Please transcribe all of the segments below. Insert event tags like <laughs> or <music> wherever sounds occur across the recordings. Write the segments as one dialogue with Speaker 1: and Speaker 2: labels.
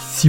Speaker 1: Si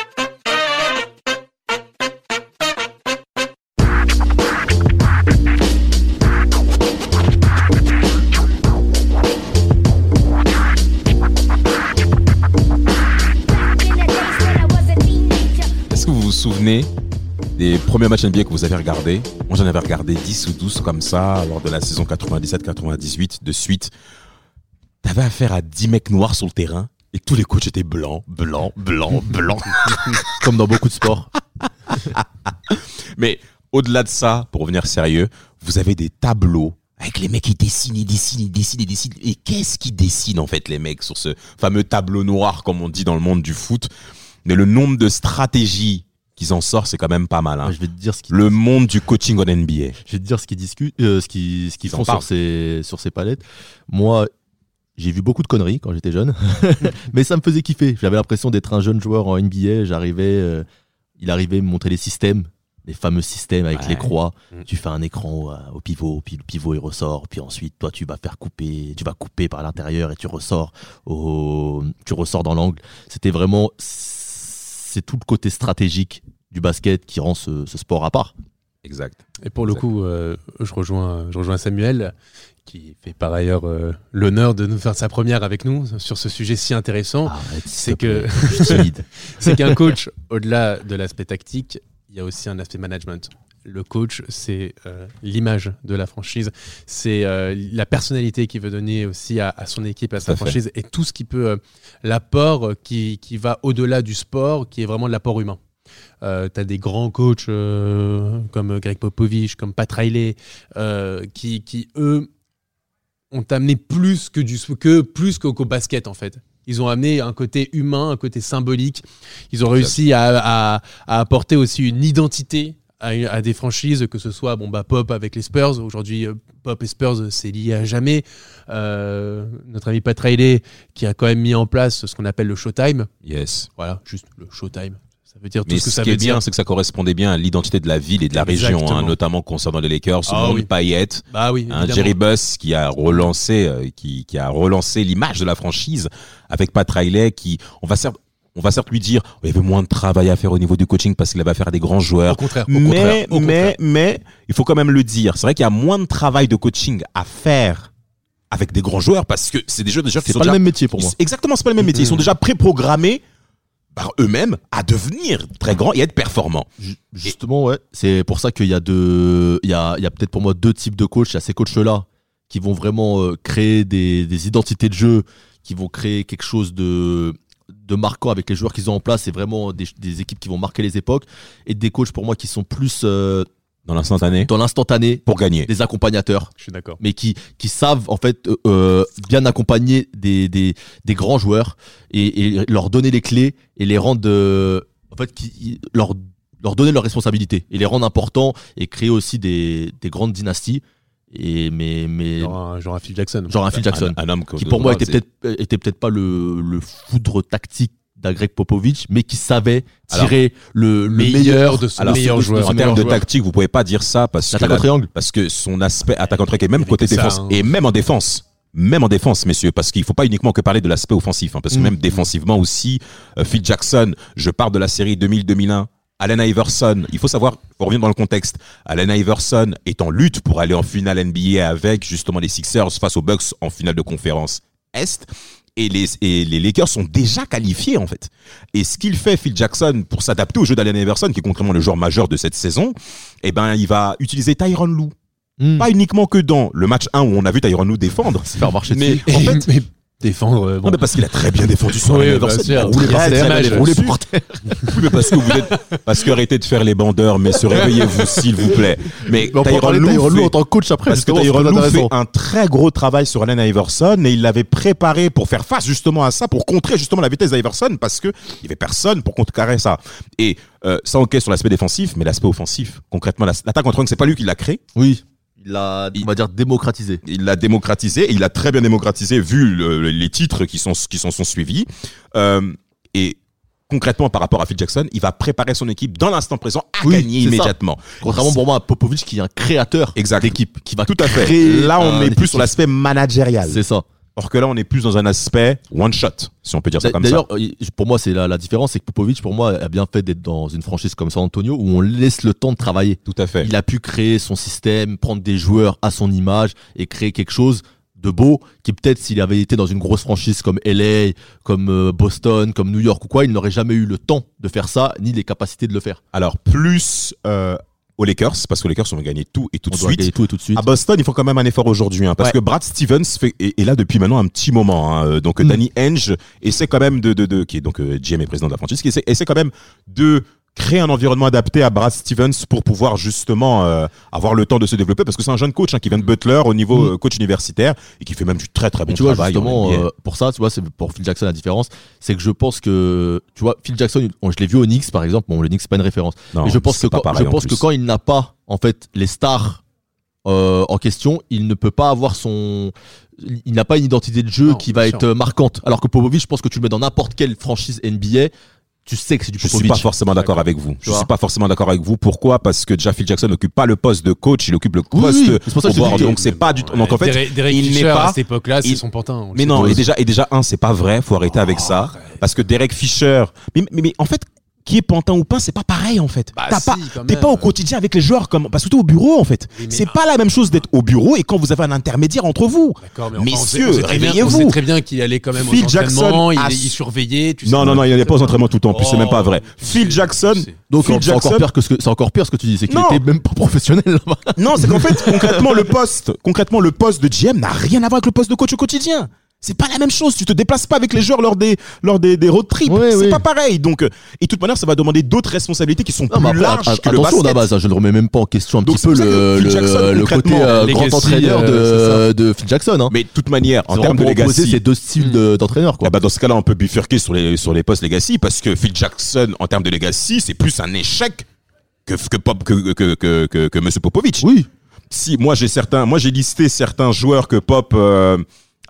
Speaker 2: Est-ce que vous vous souvenez des premiers matchs NBA que vous avez regardés Moi, j'en avais regardé 10 ou 12 comme ça lors de la saison 97-98 de suite. T'avais affaire à 10 mecs noirs sur le terrain et tous les coachs étaient blancs, blancs,
Speaker 3: <laughs>
Speaker 2: blancs, blancs.
Speaker 3: Comme dans beaucoup de sports.
Speaker 2: <laughs> Mais au-delà de ça, pour revenir sérieux, vous avez des tableaux avec les mecs qui dessinent, ils dessinent, ils dessinent, ils dessinent. Et qu'est-ce qu'ils dessinent en fait les mecs sur ce fameux tableau noir comme on dit dans le monde du foot Mais le nombre de stratégies qu'ils en sortent, c'est quand même pas mal. hein.
Speaker 3: je vais te dire ce qu'ils
Speaker 2: Le monde du coaching en NBA.
Speaker 3: je vais te dire ce qu'ils discutent, euh, ce qu'ils ce qu'ils
Speaker 2: Ils en
Speaker 3: font
Speaker 2: parlent.
Speaker 3: sur ces sur ces palettes. Moi, j'ai vu beaucoup de conneries quand j'étais jeune, <laughs> mais ça me faisait kiffer. J'avais l'impression d'être un jeune joueur en NBA. J'arrivais, euh, il arrivait me montrer les systèmes, les fameux systèmes avec
Speaker 2: Ouais.
Speaker 3: les croix.
Speaker 2: Mm.
Speaker 3: Tu fais un écran euh, au pivot, puis le pivot il ressort, puis ensuite toi tu vas faire couper, tu vas couper par l'intérieur et tu ressors au, tu ressors dans l'angle. C'était vraiment, c'est tout le côté stratégique du basket qui rend ce- ce sport à part.
Speaker 2: Exact.
Speaker 4: Et pour le
Speaker 2: Exact.
Speaker 4: coup, euh, je, rejoins, je rejoins Samuel, qui fait par ailleurs euh, l'honneur de nous faire sa première avec nous sur ce sujet si intéressant.
Speaker 3: Arrête,
Speaker 4: c'est <laughs> que- C'est qu'un coach, au-delà de l'aspect tactique, il y a aussi un aspect management. Le coach, c'est euh, l'image de la franchise, c'est euh, la personnalité qu'il veut donner aussi à, à son équipe, à
Speaker 2: à
Speaker 4: sa
Speaker 2: fait.
Speaker 4: franchise, et tout ce qui peut, euh, l'apport euh, qui, qui va au-delà du sport, qui est vraiment de l'apport humain. tu as des grands coachs euh, comme Greg Popovich, comme Pat Riley, euh, qui, qui, eux, ont amené plus que du que plus qu'au qu'au basket en fait. Ils ont amené un côté humain, un côté symbolique. Ils ont réussi à, à- à apporter aussi une identité à, une- à des franchises, que ce soit bon bah Pop avec les Spurs. Aujourd'hui, euh, Pop et Spurs, euh, c'est lié à jamais. Euh, notre ami Pat Riley, qui a quand même mis en place ce qu'on appelle le Showtime.
Speaker 2: Yes.
Speaker 4: Voilà, juste le Showtime. Ça veut dire tout
Speaker 2: Mais
Speaker 4: ce que
Speaker 2: ce,
Speaker 4: ça
Speaker 2: qui
Speaker 4: veut
Speaker 2: est
Speaker 4: dire.
Speaker 2: bien, c'est que ça correspondait bien à l'identité de la ville et de la région, hein,
Speaker 4: Exactement.
Speaker 2: notamment concernant les Lakers,
Speaker 4: Ah
Speaker 2: Monde
Speaker 4: oui.
Speaker 2: Payet,
Speaker 4: Bah oui,
Speaker 2: hein,
Speaker 4: évidemment.
Speaker 2: Jerry Buss qui a relancé, euh, qui, qui a relancé l'image de la franchise avec Pat Riley, qui on va certes, on va certes lui dire, il y avait moins de travail à faire au niveau du coaching parce qu'il avait affaire à des grands joueurs.
Speaker 4: Au contraire, au
Speaker 2: Mais,
Speaker 4: contraire, au
Speaker 2: mais,
Speaker 4: contraire.
Speaker 2: mais, il faut quand même le dire. C'est vrai qu'il y a moins de travail de coaching à faire avec des grands joueurs parce que c'est des jeux déjà qui
Speaker 3: C'est
Speaker 2: sont
Speaker 3: pas le
Speaker 2: déjà
Speaker 3: même métier pour
Speaker 2: Ils-
Speaker 3: moi.
Speaker 2: Exactement, c'est pas le même métier. Ils sont
Speaker 4: Mhm.
Speaker 2: déjà préprogrammés par eux-mêmes à devenir très grands et être performants.
Speaker 3: Ju- Justement, ouais. C'est pour ça qu'il y a deux, il y a, il y a peut-être pour moi deux types de coachs. Il y a ces coachs-là qui vont vraiment euh, créer des, des identités de jeu, qui vont créer quelque chose de, de marquant avec les joueurs qu'ils ont en place. C'est vraiment des, des équipes qui vont marquer les époques. Et des coachs pour moi qui sont plus euh,
Speaker 2: Dans l'instantané,
Speaker 3: dans l'instantané,
Speaker 2: pour gagner.
Speaker 3: des accompagnateurs.
Speaker 4: Je suis d'accord.
Speaker 3: mais qui, qui savent en fait euh, euh, bien accompagner des, des, des grands joueurs et, et leur donner les clés et les rendre euh, en fait qui, leur, leur donner leurs responsabilités et les rendre importants et créer aussi des, des grandes dynasties et mais mais
Speaker 4: Genre un, genre un Phil Jackson.
Speaker 3: genre un Phil Jackson
Speaker 2: Un, un homme que-
Speaker 3: qui pour moi était
Speaker 2: c'est-
Speaker 3: peut-être euh, était peut-être pas le, le foudre tactique d'un Greg Popovich mais qui savait tirer le, le
Speaker 4: meilleur
Speaker 3: meilleur
Speaker 4: de son
Speaker 3: alors,
Speaker 4: meilleur
Speaker 3: de- de
Speaker 4: joueur.
Speaker 3: son
Speaker 2: En termes
Speaker 3: meilleur
Speaker 2: de
Speaker 3: joueur.
Speaker 2: tactique, vous pouvez pas dire ça parce que,
Speaker 3: l'attaque en triangle
Speaker 2: parce que son aspect attaque contre et même
Speaker 4: Il y
Speaker 2: côté
Speaker 4: avait que ça,
Speaker 2: défense
Speaker 4: hein.
Speaker 2: et même en défense. Même en défense, messieurs, parce qu'il faut pas uniquement que parler de l'aspect offensif, hein, parce que
Speaker 3: Mm.
Speaker 2: même défensivement aussi, euh, Phil Jackson, je pars de la série 2000-2001, Allen Iverson, il faut savoir, on revient dans le contexte, Allen Iverson est en lutte pour aller en finale NBA avec justement les Sixers face aux Bucks en finale de conférence Est. Et les, et les Lakers sont déjà qualifiés en fait. Et ce qu'il fait Phil Jackson pour s'adapter au jeu d'Allen Iverson, qui est contrairement le joueur majeur de cette saison, eh ben il va utiliser Tyron Lou.
Speaker 3: Mm.
Speaker 2: Pas uniquement que dans le match 1 où on a vu Tyron Lou défendre,
Speaker 3: se faire marcher
Speaker 2: mais
Speaker 3: dessus.
Speaker 2: en fait,
Speaker 4: mais <laughs> défendre. euh, bon.
Speaker 2: non, mais parce qu'il a très bien défendu son
Speaker 4: Oui,
Speaker 2: Allen
Speaker 4: bah,
Speaker 2: Iverson.
Speaker 4: c'est
Speaker 2: Il a
Speaker 4: un-
Speaker 2: roulé
Speaker 4: c'est
Speaker 2: par
Speaker 4: un
Speaker 2: terre,
Speaker 4: dommage,
Speaker 2: il a roulé
Speaker 4: là-dessus.
Speaker 2: par terre. Oui, mais parce que vous êtes, parce que arrêtez de faire les bandeurs, mais
Speaker 3: <laughs>
Speaker 2: se réveillez-vous, s'il vous plaît. Mais,
Speaker 3: Mais on peut
Speaker 2: Tyronn
Speaker 3: parler de
Speaker 2: Lou
Speaker 3: Tyronn Lue
Speaker 2: fait-
Speaker 3: en tant que coach après
Speaker 2: parce que
Speaker 3: justement, c'est
Speaker 2: Tyronn
Speaker 3: très
Speaker 2: Lue fait
Speaker 3: intéressant.
Speaker 2: un très gros travail sur Allen Iverson et il l'avait préparé pour faire face justement à ça, pour contrer justement la vitesse d'Iverson parce que il y avait personne pour contrecarrer ça. Et euh, ça ok sur l'aspect défensif, mais l'aspect offensif, concrètement, la- l'attaque en triangle, c'est pas lui qui l'a créé.
Speaker 3: Oui. Il l'a,
Speaker 2: Il-
Speaker 3: on va dire, démocratisé.
Speaker 2: Il l'a démocratisé, et il l'a très bien démocratisé vu le- les titres qui s'en sont, qui s'en sont suivis. Euh, et concrètement, par rapport à Phil Jackson, il va préparer son équipe dans l'instant présent à
Speaker 3: Oui,
Speaker 2: gagner
Speaker 3: c'est ça.
Speaker 2: immédiatement.
Speaker 3: Contrairement pour moi à Popovic qui est un créateur
Speaker 2: Exact.
Speaker 3: d'équipe, qui va
Speaker 2: Tout à fait.
Speaker 3: créer
Speaker 2: Là, on
Speaker 3: un
Speaker 2: est plus sur
Speaker 3: effectif.
Speaker 2: l'aspect managérial.
Speaker 3: C'est ça.
Speaker 2: Or que là, on est plus dans un aspect one shot, si on peut dire ça
Speaker 3: D'a-
Speaker 2: comme ça.
Speaker 3: D'ailleurs, euh, pour moi, c'est la, la différence, c'est que Popovic, pour moi, a bien fait d'être dans une franchise comme San Antonio où on laisse le temps de travailler.
Speaker 2: Tout à fait.
Speaker 3: Il a pu créer son système, prendre des joueurs à son image et créer quelque chose de beau qui peut-être s'il avait été dans une grosse franchise comme LA, comme euh, Boston, comme New York ou quoi, il n'aurait jamais eu le temps de faire ça ni les capacités de le faire.
Speaker 2: Alors, plus euh, aux Lakers, parce que les Lakers ont gagné tout et tout de
Speaker 3: on doit
Speaker 2: suite. Ah,
Speaker 3: gagner tout et tout de suite.
Speaker 2: À Boston, ils font quand même un effort aujourd'hui, hein, parce
Speaker 3: Ouais.
Speaker 2: que Brad Stevens fait- est, est là depuis maintenant un petit moment. hein, euh, donc
Speaker 1: Mm.
Speaker 2: Danny Henge essaie quand même de, de, de- qui est donc euh, GM et président de la franchise, qui essaie, essaie quand même de créer un environnement adapté à Brad Stevens pour pouvoir justement euh, avoir le temps de se développer, parce que c'est un jeune coach hein, qui vient de Butler au niveau
Speaker 3: Mm.
Speaker 2: euh, coach universitaire et qui fait même du très très bon
Speaker 3: Mais tu vois,
Speaker 2: travail. en
Speaker 3: justement,
Speaker 2: NBA.
Speaker 3: euh, pour ça, tu vois, c'est pour Phil Jackson la différence, c'est que je pense que, tu vois, Phil Jackson, on- je l'ai vu au Knicks par exemple, bon, le Knicks c'est pas une référence,
Speaker 2: Non,
Speaker 3: mais je pense,
Speaker 2: c'est
Speaker 3: que
Speaker 2: pas
Speaker 3: quand,
Speaker 2: pareil
Speaker 3: je
Speaker 2: en
Speaker 3: pense que
Speaker 2: plus.
Speaker 3: quand il n'a pas, en fait, les stars euh, en question, il ne peut pas avoir son. Il n'a pas une identité de jeu
Speaker 4: Non,
Speaker 3: qui va
Speaker 4: bien
Speaker 3: être
Speaker 4: sûr.
Speaker 3: euh, marquante. Alors que Popovic, je pense que tu le mets dans n'importe quelle franchise NBA, tu sais que c'est du
Speaker 2: Je suis
Speaker 3: Popovic.
Speaker 2: pas forcément d'accord avec vous. Je
Speaker 3: vois.
Speaker 2: suis pas forcément d'accord avec vous. Pourquoi Parce que déjà Phil Jackson n'occupe pas le poste de coach, il occupe le
Speaker 3: Oui,
Speaker 2: poste
Speaker 3: oui, c'est pour ça
Speaker 2: au
Speaker 3: que je te
Speaker 2: bord.
Speaker 3: dis.
Speaker 2: Donc c'est pas du tout. Donc en fait,
Speaker 4: Derek, Derek
Speaker 2: il n'est
Speaker 4: Fisher,
Speaker 2: pas-
Speaker 4: à cette époque-là, c'est
Speaker 2: il-
Speaker 4: son pantin. on le
Speaker 2: mais
Speaker 4: sait
Speaker 2: non.
Speaker 4: tous.
Speaker 2: Et déjà, et déjà un, c'est pas vrai. Faut arrêter avec ça. Parce que Derek Fisher. Mais, mais, mais en fait, qui est pantin ou pas, c'est pas pareil en fait.
Speaker 4: Bah
Speaker 2: T'as
Speaker 4: si,
Speaker 2: pas.
Speaker 4: quand
Speaker 2: T'es
Speaker 4: même.
Speaker 2: pas au quotidien avec les joueurs comme parce que t'es au bureau en fait.
Speaker 4: Oui, mais-
Speaker 2: C'est pas la même chose d'être au bureau et quand vous avez un intermédiaire entre vous.
Speaker 4: D'accord, mais
Speaker 2: Messieurs,
Speaker 4: on sait- on sait très bien-
Speaker 2: réveillez-vous.
Speaker 4: On sait très bien qu'il allait quand même
Speaker 2: Phil
Speaker 4: aux
Speaker 2: Jackson
Speaker 4: entraînements, il,
Speaker 2: a-
Speaker 4: il surveillait. Tu
Speaker 2: Non
Speaker 4: sais
Speaker 2: non non, il n'est pas aux entraînements tout le temps. En Plus
Speaker 4: Oh,
Speaker 2: c'est même pas vrai.
Speaker 4: tu sais,
Speaker 2: Phil
Speaker 4: tu
Speaker 2: Jackson.
Speaker 4: sais.
Speaker 3: Donc
Speaker 2: Phil
Speaker 3: c'est
Speaker 2: Jackson-
Speaker 3: encore, pire que ce que, c'est encore pire ce que tu dis, c'est qu'il
Speaker 2: Non.
Speaker 3: était même pas professionnel là-bas.
Speaker 2: Non, c'est qu'en fait, concrètement, le poste, concrètement, le poste de GM n'a rien à voir avec le poste de coach au quotidien. C'est pas la même chose. Tu te déplaces pas avec les joueurs lors des, lors des, des road trips.
Speaker 3: Ouais,
Speaker 2: c'est
Speaker 3: ouais.
Speaker 2: pas pareil. Donc, euh, et de toute manière, ça va demander d'autres responsabilités qui sont
Speaker 3: Non,
Speaker 2: plus
Speaker 3: mais après,
Speaker 2: larges
Speaker 3: a-
Speaker 2: que le
Speaker 3: attention,
Speaker 2: basket.
Speaker 3: Dabaz, hein, je ne remets même pas en question un
Speaker 2: Donc,
Speaker 3: petit
Speaker 2: c'est
Speaker 3: peu
Speaker 2: pour ça
Speaker 3: le,
Speaker 2: que Phil Jackson,
Speaker 3: le- le côté
Speaker 2: concrètement,
Speaker 3: euh,
Speaker 4: legacy,
Speaker 3: grand entraîneur de,
Speaker 4: euh,
Speaker 3: de Phil Jackson. Hein.
Speaker 2: Mais de toute manière, en
Speaker 3: C'est
Speaker 2: termes de
Speaker 3: vraiment pour opposer
Speaker 2: legacy.
Speaker 3: ces deux styles de- d'entraîneurs. quoi.
Speaker 2: Ah bah, dans ce cas-là, on peut bifurquer sur les, sur les postes legacy parce que Phil Jackson, en termes de legacy, c'est plus un échec que, que, Pop- que, que, que, que, que Monsieur Popovich.
Speaker 3: Oui,
Speaker 2: si moi j'ai certains, moi j'ai listé certains joueurs que Pop euh,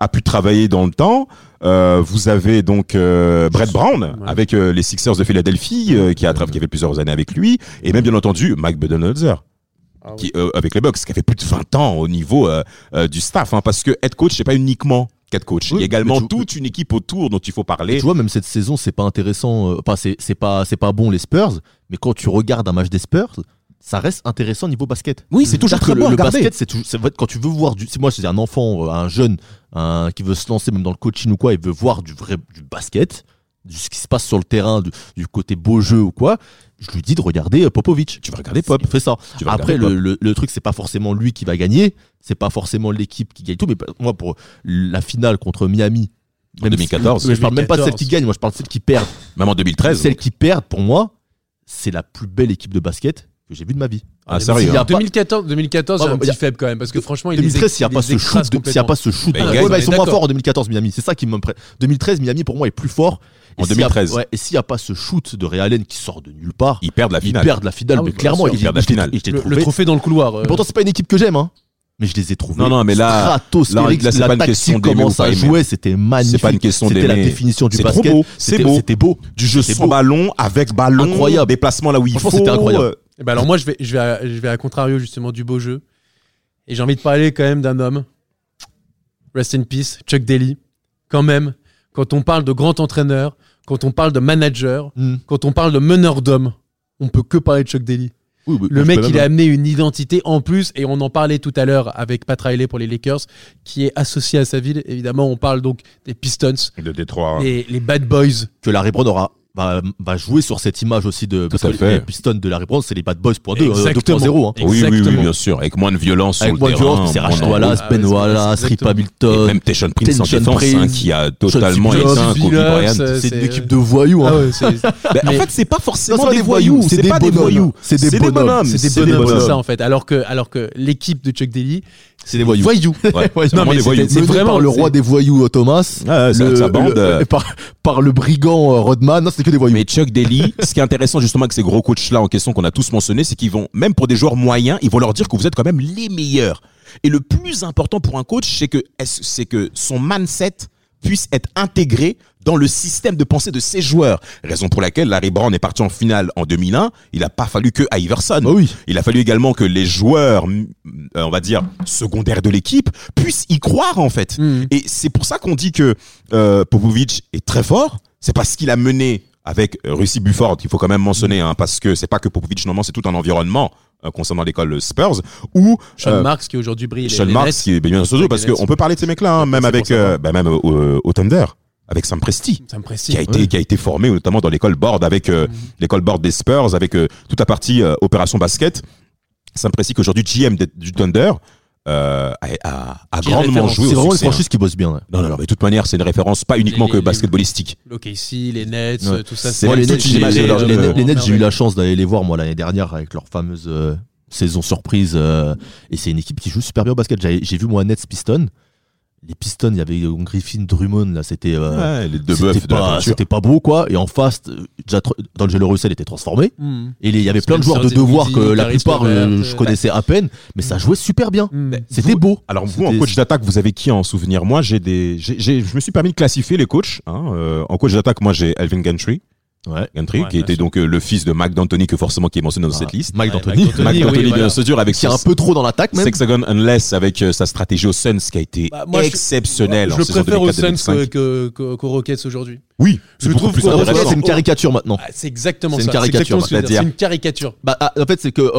Speaker 2: a pu travailler dans le temps. Euh, vous avez donc euh, Brett Brown avec euh, les Sixers de Philadelphie euh, qui a travaillé qui a fait plusieurs années avec lui et même bien entendu Mike Budenholzer
Speaker 3: Ah
Speaker 2: qui euh, avec les Bucks qui a fait plus de 20 ans au niveau euh, euh, du staff hein, parce que head coach c'est pas uniquement head coach il y
Speaker 3: Oui,
Speaker 2: a également
Speaker 3: mais tu-
Speaker 2: toute une équipe autour dont il faut parler
Speaker 3: Tu vois, même cette saison, c'est pas intéressant. euh, Enfin, c'est c'est pas, c'est pas bon les Spurs, mais quand tu regardes un match des Spurs, ça reste intéressant niveau basket.
Speaker 2: oui c'est toujours
Speaker 3: C'est-à-dire
Speaker 2: très
Speaker 3: que
Speaker 2: bon à
Speaker 3: le, le
Speaker 2: regarder.
Speaker 3: basket, c'est toujours. c'est vrai que Quand tu veux voir du. c'est Moi, c'est un enfant, euh, un jeune, un- qui veut se lancer même dans le coaching ou quoi, et veut voir du vrai du basket, du ce qui se passe sur le terrain, du, du côté beau jeu ou quoi. Je lui dis de regarder euh, Popovic.
Speaker 2: tu vas regarder Pop
Speaker 3: Il fait ça.
Speaker 2: Tu vas
Speaker 3: Après,
Speaker 2: regarder
Speaker 3: le,
Speaker 2: Pop.
Speaker 3: le- le truc, c'est pas forcément lui qui va gagner, c'est pas forcément l'équipe qui gagne tout. Mais bah, moi, pour la finale contre Miami,
Speaker 2: En
Speaker 3: même si-
Speaker 2: 2014.
Speaker 3: mais je parle même pas de celle
Speaker 4: 2014.
Speaker 3: qui gagne, moi je parle de celle qui perd.
Speaker 2: même en 2013
Speaker 3: Celle qui perd, pour moi, c'est la plus belle équipe de basket que j'ai vue de ma vie.
Speaker 2: ah
Speaker 3: s'il
Speaker 2: sérieux
Speaker 3: y a
Speaker 2: hein.
Speaker 3: pas-
Speaker 4: 2014, 2014
Speaker 3: Ah,
Speaker 4: j'ai
Speaker 3: bah,
Speaker 4: un
Speaker 3: y
Speaker 4: petit
Speaker 3: a-
Speaker 4: faible quand même, parce que franchement, il
Speaker 3: 2013, s'il n'y a,
Speaker 4: il
Speaker 3: pas ce shoot de- s'il y a pas
Speaker 4: complètement.
Speaker 3: ce shoot,
Speaker 2: Bah,
Speaker 3: de-
Speaker 2: ils gagnent,
Speaker 3: ouais, bah,
Speaker 4: on
Speaker 3: ils sont
Speaker 4: est
Speaker 3: moins
Speaker 4: d'accord.
Speaker 3: forts en 2014 Miami. C'est ça qui me pré- 2013 Miami pour moi est plus fort. Et
Speaker 2: En
Speaker 3: s'il y a-
Speaker 2: 2013.
Speaker 3: ouais, et s'il n'y a pas ce shoot de Ray Allen qui sort de nulle part,
Speaker 2: ils perdent la
Speaker 3: ils
Speaker 2: finale
Speaker 3: perdent la finale.
Speaker 4: Ah oui,
Speaker 3: mais
Speaker 4: bien
Speaker 3: clairement,
Speaker 4: sûr.
Speaker 2: Ils perdent la
Speaker 3: je l'ai-
Speaker 2: finale.
Speaker 3: je l'ai
Speaker 4: Le,
Speaker 3: trouvé-
Speaker 4: le trophée dans le couloir. euh,
Speaker 3: Et Pourtant, c'est pas une équipe que j'aime, hein. Mais je les ai trouvés.
Speaker 2: Non, non, mais là- là,
Speaker 3: stratosphériques.
Speaker 2: là, c'est
Speaker 3: la
Speaker 2: pas une
Speaker 3: tactique,
Speaker 2: question d'aimer
Speaker 3: comment
Speaker 2: ou pas
Speaker 3: ça
Speaker 2: aimer.
Speaker 3: jouait, c'était magnifique.
Speaker 2: c'est pas une question
Speaker 3: C'était la
Speaker 2: d'aimer.
Speaker 3: définition du
Speaker 2: C'est
Speaker 3: basket.
Speaker 2: trop beau, c'est
Speaker 3: C'était-
Speaker 2: beau.
Speaker 3: C'était beau.
Speaker 2: du jeu
Speaker 3: C'est
Speaker 2: sans
Speaker 3: beau.
Speaker 2: ballon avec ballon
Speaker 3: Incroyable.
Speaker 2: déplacement là où il
Speaker 3: Franchement,
Speaker 2: faut
Speaker 3: c'était incroyable.
Speaker 2: euh,
Speaker 4: Eh ben alors moi je vais, je, vais à, je vais à contrario justement du beau jeu. Et j'ai envie de parler quand même d'un homme. Rest in peace, Chuck Daly. Quand même, quand on parle de grand entraîneur, quand on parle de manager,
Speaker 3: Mm.
Speaker 4: quand on parle de meneur d'hommes, on peut que parler de Chuck Daly.
Speaker 3: Oui, oui,
Speaker 4: Le
Speaker 3: je
Speaker 4: mec,
Speaker 3: peux
Speaker 4: il
Speaker 3: même-
Speaker 4: a amené une identité en plus, et on en parlait tout à l'heure avec Pat Riley pour les Lakers, qui est associé à sa ville. Évidemment, on parle donc des Pistons,
Speaker 2: de
Speaker 3: Ah.
Speaker 2: Détroit hein.
Speaker 4: les, les Bad Boys.
Speaker 3: que Larry Brown aura va, va jouer sur cette image aussi de parce
Speaker 2: à
Speaker 3: que
Speaker 2: fait.
Speaker 3: les Pistons de Larry Brown c'est les Bad Boys point deux, euh,
Speaker 4: Exactement.
Speaker 3: 2.0 hein.
Speaker 2: Oui, oui, oui,
Speaker 4: Exactement.
Speaker 2: bien sûr. Avec moins de violence
Speaker 3: avec
Speaker 2: sur
Speaker 3: moins
Speaker 2: le
Speaker 3: de
Speaker 2: terrain.
Speaker 3: violence mais c'est
Speaker 2: moins
Speaker 3: Rach
Speaker 2: d'embrouilles.
Speaker 3: Wallace
Speaker 4: Ah,
Speaker 3: Ben
Speaker 4: c'est-
Speaker 3: Wallace
Speaker 4: c'est
Speaker 3: Rip
Speaker 4: exactement.
Speaker 2: Et
Speaker 3: Hamilton
Speaker 2: même Teshon Prince en
Speaker 3: Tension
Speaker 2: défense, hein,
Speaker 3: Prince,
Speaker 2: qui a totalement
Speaker 3: Phillips,
Speaker 2: éteint Kobe
Speaker 4: Phillips,
Speaker 2: Bryant.
Speaker 4: euh,
Speaker 3: c'est une
Speaker 4: c'est-
Speaker 3: équipe de voyous hein.
Speaker 4: Ah ouais, c'est-
Speaker 2: Ben,
Speaker 4: mais-
Speaker 2: En fait, c'est pas forcément
Speaker 3: Non, c'est
Speaker 2: des
Speaker 3: des
Speaker 2: voyous,
Speaker 3: voyous,
Speaker 2: c'est
Speaker 3: c'est
Speaker 2: pas
Speaker 3: des
Speaker 2: des
Speaker 3: bonhommes.
Speaker 2: voyous,
Speaker 3: C'est des bonhommes.
Speaker 2: bonhommes,
Speaker 4: C'est des bonhommes, c'est ça en fait. Alors que, alors que l'équipe de Chuck Daly,
Speaker 3: C'est des voyous.
Speaker 4: Voyou.
Speaker 2: Ouais.
Speaker 3: Voyous.
Speaker 2: Non, mais les voyous.
Speaker 3: C'est vraiment le roi des voyous, euh, Thomas.
Speaker 2: Ah, ouais, ça-
Speaker 3: Le-
Speaker 2: sa bande.
Speaker 3: le-
Speaker 2: euh,
Speaker 3: par, par le brigand euh, Rodman. Non, c'était que des voyous.
Speaker 2: Mais Chuck
Speaker 3: <laughs>
Speaker 2: Daly, ce qui est intéressant justement avec ces gros coachs là en question qu'on a tous mentionné, c'est qu'ils vont même pour des joueurs moyens, ils vont leur dire que vous êtes quand même les meilleurs. Et le plus important pour un coach, c'est que est-ce- c'est que son mindset puisse être intégré dans le système de pensée de ses joueurs. Raison pour laquelle Larry Brown est parti en finale en 2001. Il n'a pas fallu que Iverson.
Speaker 3: Ah oui.
Speaker 2: Il a fallu également que les joueurs, mm, euh, on va dire, secondaires de l'équipe, puissent y croire en fait.
Speaker 4: Mhm.
Speaker 2: Et c'est pour ça qu'on dit que euh, Popovic est très fort. C'est parce qu'il a mené avec euh, Russie Bufford, qu'il faut quand même mentionner, hein, parce que c'est pas que Popovic, normalement, c'est tout un environnement euh, concernant l'école Spurs, ou euh,
Speaker 4: Sean
Speaker 3: Euh,
Speaker 4: Marks qui aujourd'hui brille. les-
Speaker 2: Sean
Speaker 4: les
Speaker 2: Marks,
Speaker 4: Nets.
Speaker 2: qui est bien sûr,
Speaker 4: Les
Speaker 2: parce
Speaker 4: Nets.
Speaker 2: qu'on peut parler de ces mecs-là, hein, même
Speaker 4: c'est
Speaker 2: avec
Speaker 4: pour ça.
Speaker 2: euh, bah, même au, au- au Thunder, avec Sam Presti
Speaker 4: Ça me précise.
Speaker 2: qui a été qui a été formé notamment dans l'école board avec euh, l'école board des Spurs avec euh, toute la partie euh, opération basket. Ça me précise qu'aujourd'hui GM de- du Thunder euh, a, a- a
Speaker 4: Qui est
Speaker 2: grandement
Speaker 4: référence.
Speaker 2: joué
Speaker 3: C'est
Speaker 2: au
Speaker 3: vraiment une
Speaker 2: succès,
Speaker 3: franchise qui bosse bien. ouais.
Speaker 2: hein. Non, non, non, mais de toute manière, c'est une référence pas uniquement
Speaker 4: Les-
Speaker 2: que
Speaker 4: les-
Speaker 2: basketballistique.
Speaker 4: L'OKC, les Nets,
Speaker 2: Ouais.
Speaker 4: euh, tout ça.
Speaker 2: C'est
Speaker 3: Moi,
Speaker 2: vrai
Speaker 3: les
Speaker 2: que
Speaker 3: Nets,
Speaker 2: toute
Speaker 3: j'ai-
Speaker 2: une image
Speaker 3: j'ai-
Speaker 2: de leur-
Speaker 3: les-
Speaker 2: de-
Speaker 3: les- les Nets, j'ai eu la chance d'aller les voir moi l'année dernière avec leur fameuse euh, saison surprise. euh, et c'est une équipe qui joue super bien au basket. J'ai j'ai vu moi Nets Piston. Les Pistons, il y avait euh, Griffin, Drummond, là, c'était. euh,
Speaker 2: Ouais, les deux
Speaker 3: c'était
Speaker 2: bœufs de la
Speaker 3: pas,
Speaker 2: peinture.
Speaker 3: c'était pas beau quoi et en face euh, déjà tr- D'Angelo Russell était transformé
Speaker 4: Mhm.
Speaker 3: et il y avait plein de
Speaker 4: Spencer
Speaker 3: joueurs de devoir
Speaker 4: Dinwiddie,
Speaker 3: que la
Speaker 4: Caris
Speaker 3: plupart
Speaker 4: Levert,
Speaker 3: euh,
Speaker 4: euh,
Speaker 3: je connaissais à peine mais ça jouait super bien
Speaker 4: Mhm.
Speaker 3: c'était beau
Speaker 2: Alors vous, en
Speaker 3: C'était-
Speaker 2: coach d'attaque, vous avez qui en souvenir Moi, j'ai des, j'ai- j'ai- je me suis permis de classifier les coachs. hein. Euh, en coach d'attaque, moi j'ai Alvin Gantry,
Speaker 3: ouais
Speaker 2: Gantry,
Speaker 4: Ouais,
Speaker 2: qui
Speaker 4: bien
Speaker 2: était donc euh, le fils de Mac D'Antoni, que forcément qui est mentionné dans cette liste.
Speaker 3: Mike
Speaker 4: Ouais,
Speaker 3: D'Antoni
Speaker 4: Mike D'Antoni,
Speaker 2: Mac
Speaker 4: oui,
Speaker 2: Ah. D'Antoni,
Speaker 4: voilà.
Speaker 2: bien sûr, avec
Speaker 3: qui est
Speaker 2: son
Speaker 3: un peu trop dans l'attaque même
Speaker 2: Sexagon Unless avec euh, sa stratégie aux Suns qui a été
Speaker 4: Bah, moi, je-
Speaker 2: exceptionnelle en
Speaker 4: Je
Speaker 2: saison
Speaker 4: préfère aux Suns
Speaker 2: 2004-2005.
Speaker 4: que- que- que- qu'aux Rockets aujourd'hui.
Speaker 2: Oui,
Speaker 4: Je
Speaker 2: c'est beaucoup
Speaker 4: trouve
Speaker 2: plus
Speaker 4: qu'on-
Speaker 3: Ah, parce que là,
Speaker 2: intéressant.
Speaker 3: c'est une caricature maintenant
Speaker 4: Ah, C'est exactement
Speaker 3: C'est
Speaker 4: ça.
Speaker 3: une caricature,
Speaker 4: exactement ce que je veux dire. C'est une caricature.
Speaker 3: Bah, ah, en fait, c'est que euh,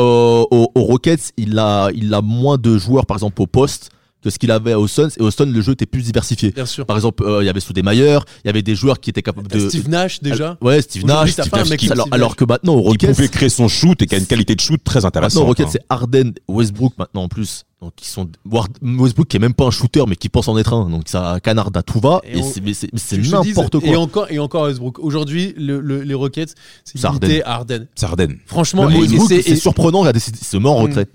Speaker 3: au, au Rockets, il a, il a moins de joueurs, par exemple, au poste que ce qu'il avait au Suns. Et au Suns, le jeu était plus diversifié.
Speaker 4: Bien sûr. Euh,
Speaker 3: Par exemple, euh, il y avait Soudemayer, il y avait des joueurs qui étaient capables de. Ah,
Speaker 4: Steve Nash déjà.
Speaker 3: Ouais, Steve
Speaker 4: Aujourd'hui,
Speaker 3: Nash,
Speaker 4: t'as
Speaker 3: Steve
Speaker 4: pas un
Speaker 3: Nash,
Speaker 4: mec
Speaker 3: qui-
Speaker 4: comme
Speaker 3: alors,
Speaker 4: Steve
Speaker 3: alors que maintenant, au
Speaker 2: Il
Speaker 3: Rockets,
Speaker 2: pouvait créer son shoot et qui a une qualité de shoot très
Speaker 3: maintenant,
Speaker 2: intéressante.
Speaker 3: au Rockets,
Speaker 2: hein.
Speaker 3: c'est Harden, Westbrook, maintenant, en plus. Donc, ils sont. Ward- Westbrook, qui est même pas un shooter, mais qui pense en être un. Donc, ça canarde à tout va.
Speaker 4: Et
Speaker 3: Et,
Speaker 4: on-
Speaker 3: c'est- mais c'est mais c'est
Speaker 4: Je te dis,
Speaker 3: n'importe
Speaker 4: Et
Speaker 3: quoi.
Speaker 4: encore, et encore Westbrook. Aujourd'hui, le- le- les Rockets, c'est
Speaker 3: C'est
Speaker 4: limité à Harden.
Speaker 2: C'est Harden.
Speaker 4: Franchement,
Speaker 3: Même
Speaker 4: et- et
Speaker 3: Westbrook,
Speaker 4: c'est-
Speaker 3: c'est
Speaker 4: et-
Speaker 3: surprenant, regardez, c'est- il se met en retrait.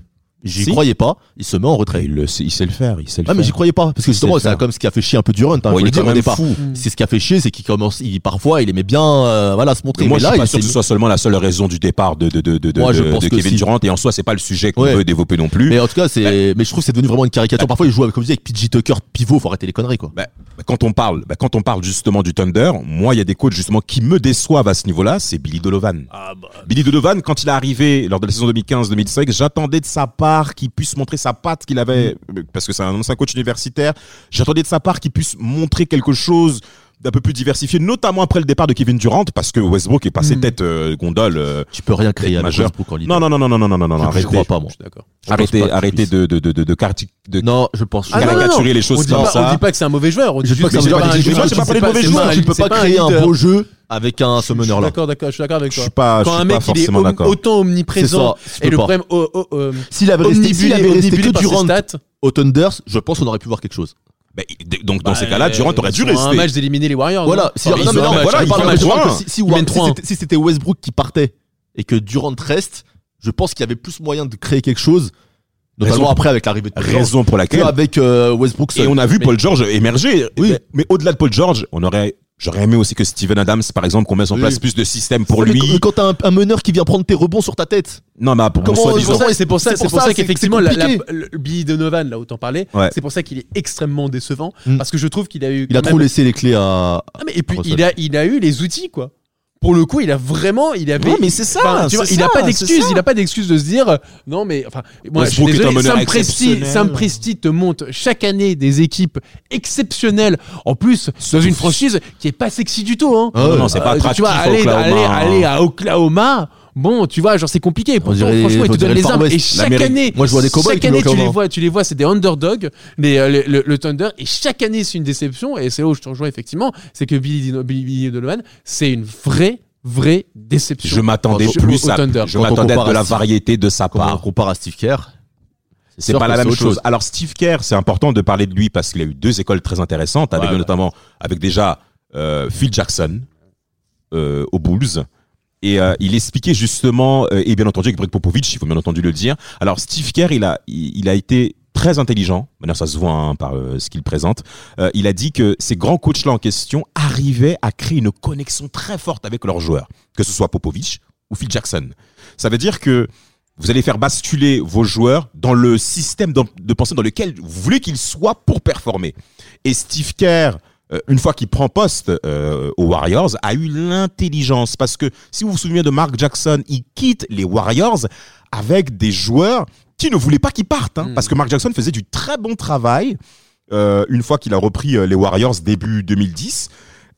Speaker 3: J'y
Speaker 2: Si.
Speaker 3: croyais pas, il se met en
Speaker 2: Et
Speaker 3: retrait.
Speaker 2: Il, le sait- il sait le faire. Il sait le
Speaker 3: Ah mais j'y
Speaker 2: faire.
Speaker 3: croyais pas parce que justement
Speaker 2: le
Speaker 3: c'est
Speaker 2: faire.
Speaker 3: comme ce qui a fait chier un peu Duran t'as
Speaker 2: Bon,
Speaker 3: envie
Speaker 2: il
Speaker 3: de
Speaker 2: est
Speaker 3: dire
Speaker 2: quand
Speaker 3: au
Speaker 2: même
Speaker 3: départ.
Speaker 2: fou.
Speaker 4: Mm.
Speaker 3: C'est ce qui a fait chier c'est qu'il commence il, parfois il aimait bien euh, voilà se montrer
Speaker 2: Mais moi,
Speaker 3: mais
Speaker 2: je
Speaker 3: là
Speaker 2: suis pas
Speaker 3: il
Speaker 2: sûr
Speaker 3: s'est
Speaker 2: que ce
Speaker 3: mis-
Speaker 2: soit seulement la seule raison du départ de, de, de, de, de-
Speaker 3: Moi, je
Speaker 2: de-
Speaker 3: pense
Speaker 2: de
Speaker 3: que
Speaker 2: Kevin
Speaker 3: si.
Speaker 2: Durant. Et en soi, c'est pas le sujet qu'on
Speaker 3: Ouais.
Speaker 2: veut développer non plus.
Speaker 3: mais en tout cas c'est mais je trouve que c'est devenu vraiment une caricature parfois il joue avec comme je disais, avec PJ Tucker pivot faut arrêter les conneries quoi
Speaker 2: Bah, bah, quand on parle, bah, quand on parle justement du Thunder, moi, il y a des coachs justement qui me déçoivent à ce niveau-là. C'est Billy Donovan.
Speaker 3: Ah, bah.
Speaker 2: Billy Donovan, quand il est arrivé lors de la saison 2015-2016, j'attendais de sa part qu'il puisse montrer sa patte qu'il avait,
Speaker 3: Mm.
Speaker 2: parce que c'est un ancien coach universitaire, j'attendais de sa part qu'il puisse montrer quelque chose d'un peu plus diversifié, notamment après le départ de Kevin Durant, parce que Westbrook est passé
Speaker 4: Mm.
Speaker 2: tête euh, gondole. euh,
Speaker 3: tu peux rien créer
Speaker 2: Tête
Speaker 3: avec
Speaker 2: majeure.
Speaker 3: Westbrook en leader.
Speaker 2: Non, non, non, non, non, non, non, non, non,
Speaker 3: Je- je
Speaker 2: arrêtez.
Speaker 3: crois pas, moi.
Speaker 4: Je suis d'accord.
Speaker 3: Je pense
Speaker 2: Arrêtez,
Speaker 3: pas que tu
Speaker 2: arrêtez
Speaker 3: puisses.
Speaker 2: de, de, de, de, de, carti- de
Speaker 3: non je pense
Speaker 4: Ah, non, non,
Speaker 2: caricaturer
Speaker 4: non.
Speaker 2: les choses
Speaker 4: On dit
Speaker 2: comme
Speaker 4: pas- on
Speaker 2: ça.
Speaker 4: dit pas que c'est un mauvais joueur. On
Speaker 3: je
Speaker 4: dit
Speaker 3: dis pas que
Speaker 4: juste
Speaker 3: c'est
Speaker 2: mais
Speaker 3: un
Speaker 2: je-
Speaker 3: mauvais
Speaker 2: je-
Speaker 3: joueur
Speaker 2: je- je-
Speaker 3: tu peux
Speaker 2: je-
Speaker 3: pas
Speaker 2: je-
Speaker 3: créer
Speaker 2: je-
Speaker 3: un-
Speaker 2: je-
Speaker 3: tu peux pas créer un beau jeu avec un summoner là
Speaker 4: D'accord, d'accord. Je suis d'accord avec
Speaker 2: Je
Speaker 4: toi.
Speaker 2: suis pas, je
Speaker 4: Quand un
Speaker 2: suis pas
Speaker 4: mec il est
Speaker 2: forcément
Speaker 4: om-
Speaker 2: d'accord.
Speaker 4: autant
Speaker 3: c'est
Speaker 4: omniprésent
Speaker 3: ça tu
Speaker 4: et
Speaker 3: peux pas
Speaker 4: le problème oh, oh, euh,
Speaker 3: s'il avait resté s'il avait
Speaker 4: omnibulé
Speaker 3: resté que
Speaker 4: omnibulé par ses
Speaker 3: Durant
Speaker 4: stats.
Speaker 3: au Thunders je pense qu'on aurait pu voir quelque chose
Speaker 2: Bah, Donc, dans
Speaker 4: Bah,
Speaker 2: ces cas-là, Durant aurait dû
Speaker 4: ils sont à Un
Speaker 2: rester.
Speaker 4: match d'éliminer les Warriors.
Speaker 3: Voilà,
Speaker 4: non
Speaker 3: si-
Speaker 4: Enfin,
Speaker 3: non,
Speaker 4: ils
Speaker 3: mais
Speaker 4: sont à
Speaker 3: non,
Speaker 4: un match,
Speaker 3: voilà,
Speaker 4: ils
Speaker 3: il
Speaker 4: sont à
Speaker 3: parle
Speaker 2: parle
Speaker 4: un
Speaker 3: de
Speaker 4: match.
Speaker 2: de
Speaker 3: Westbrook,
Speaker 2: points.
Speaker 3: si, si
Speaker 4: Ils mènent
Speaker 3: Warren-
Speaker 4: trois,
Speaker 3: si
Speaker 4: hein.
Speaker 3: c'était- si c'était Westbrook qui partait et que Durant reste, je pense qu'il y avait plus moyen de créer quelque chose, notamment
Speaker 2: Raison-
Speaker 3: après avec l'arrivée de Paul George,
Speaker 2: Raison pour
Speaker 3: que
Speaker 2: laquelle
Speaker 3: avec euh, Westbrook.
Speaker 2: Et
Speaker 3: seul.
Speaker 2: on a vu
Speaker 4: Mais-
Speaker 2: Paul George émerger.
Speaker 3: Oui.
Speaker 2: Mais, mais au-delà de Paul George, on aurait, j'aurais aimé aussi que Steven Adams, par exemple, qu'on mette en
Speaker 3: Oui.
Speaker 2: place plus de système pour
Speaker 3: Mais
Speaker 2: lui.
Speaker 3: quand- Quand t'as un, un meneur qui vient prendre tes rebonds sur ta tête,
Speaker 2: Non, mais pour mon
Speaker 3: Comment-
Speaker 4: C'est pour
Speaker 2: soi-disant.
Speaker 4: ça- C'est pour ça,
Speaker 3: C'est
Speaker 4: c'est
Speaker 3: pour
Speaker 4: pour
Speaker 3: ça,
Speaker 4: ça
Speaker 3: c'est-
Speaker 4: qu'effectivement,
Speaker 3: c'est
Speaker 4: la- la-
Speaker 3: compliqué.
Speaker 4: le Billy Donovan, là, autant parler,
Speaker 2: Ouais.
Speaker 4: c'est pour ça qu'il est extrêmement décevant,
Speaker 3: Mm.
Speaker 4: parce que je trouve qu'il a eu.
Speaker 3: il a
Speaker 4: quand
Speaker 3: trop
Speaker 4: même-
Speaker 3: laissé les clés à.
Speaker 4: Ah, mais et puis,
Speaker 3: à
Speaker 4: il a, il a eu les outils, quoi. Pour le coup, il a vraiment, il avait.
Speaker 2: Ah, c'est
Speaker 4: Enfin, tu vois, il n'a pas d'excuse, il n'a pas d'excuse de se dire euh, non mais enfin moi je suis
Speaker 2: Westbrook est un
Speaker 4: désolé,
Speaker 2: meneur
Speaker 4: Sam Presti,
Speaker 2: exceptionnel.
Speaker 4: Sam Presti te monte chaque année des équipes exceptionnelles en plus dans une franchise qui est pas sexy du tout hein.
Speaker 3: Ah ouais.
Speaker 2: Non, non, c'est pas
Speaker 4: Euh, tu
Speaker 2: attractif.
Speaker 4: vois aller,
Speaker 2: Oklahoma,
Speaker 4: aller,
Speaker 2: hein.
Speaker 4: aller à Oklahoma Bon, tu vois, genre c'est compliqué. Pourtant,
Speaker 3: dirait-
Speaker 4: franchement, ils
Speaker 3: on dirait
Speaker 4: te donnent
Speaker 3: le
Speaker 4: les
Speaker 3: Far
Speaker 4: armes.
Speaker 3: West,
Speaker 4: Et chaque
Speaker 2: l'Amérique.
Speaker 4: année,
Speaker 3: Moi, je vois des cowboys
Speaker 4: chaque
Speaker 3: qui hein. jouent
Speaker 4: année,
Speaker 3: au
Speaker 4: tu les
Speaker 3: Oklahoma.
Speaker 4: vois, tu les vois, c'est des underdogs. Mais euh, le, le- le Thunder, et chaque année, c'est une déception. Et c'est là où je te rejoins effectivement, c'est que Billy, Dino- Billy, Billy Donovan, c'est une vraie, vraie déception.
Speaker 2: Je m'attendais
Speaker 4: Au-
Speaker 2: plus
Speaker 4: au
Speaker 2: à,
Speaker 4: Thunder.
Speaker 2: je
Speaker 3: Quand on
Speaker 2: m'attendais à
Speaker 3: compare
Speaker 2: de
Speaker 3: à
Speaker 2: la
Speaker 3: Steve-
Speaker 2: variété de sa
Speaker 3: Quand on
Speaker 2: part.
Speaker 3: compare à Steve Kerr,
Speaker 2: C'est
Speaker 3: sûr
Speaker 2: pas
Speaker 3: que
Speaker 2: la
Speaker 3: c'est
Speaker 2: même
Speaker 3: autre
Speaker 2: chose.
Speaker 3: chose.
Speaker 2: Alors Steve Kerr, c'est important de parler de lui parce qu'il a eu deux écoles très intéressantes, avec
Speaker 4: Ouais, ouais.
Speaker 2: notamment avec déjà euh, Phil Jackson euh, aux Bulls. Et euh, il expliquait justement, euh, et bien entendu avec Brett Popovich, il faut bien entendu le dire. Alors Steve Kerr, il a, il, il a été très intelligent. Maintenant, ça se voit hein, par euh, ce qu'il présente. Euh, il a dit que ces grands coachs-là en question arrivaient à créer une connexion très forte avec leurs joueurs, que ce soit Popovich ou Phil Jackson. Ça veut dire que vous allez faire basculer vos joueurs dans le système de de pensée dans lequel vous voulez qu'ils soient pour performer. Et Steve Kerr, euh, une fois qu'il prend poste euh, aux Warriors, a eu l'intelligence. Parce que si vous vous souvenez de Mark Jackson, il quitte les Warriors avec des joueurs qui ne voulaient pas qu'il parte. hein.
Speaker 4: Mm.
Speaker 2: Parce que Mark Jackson faisait du très bon travail euh, une fois qu'il a repris euh, les Warriors début 2010.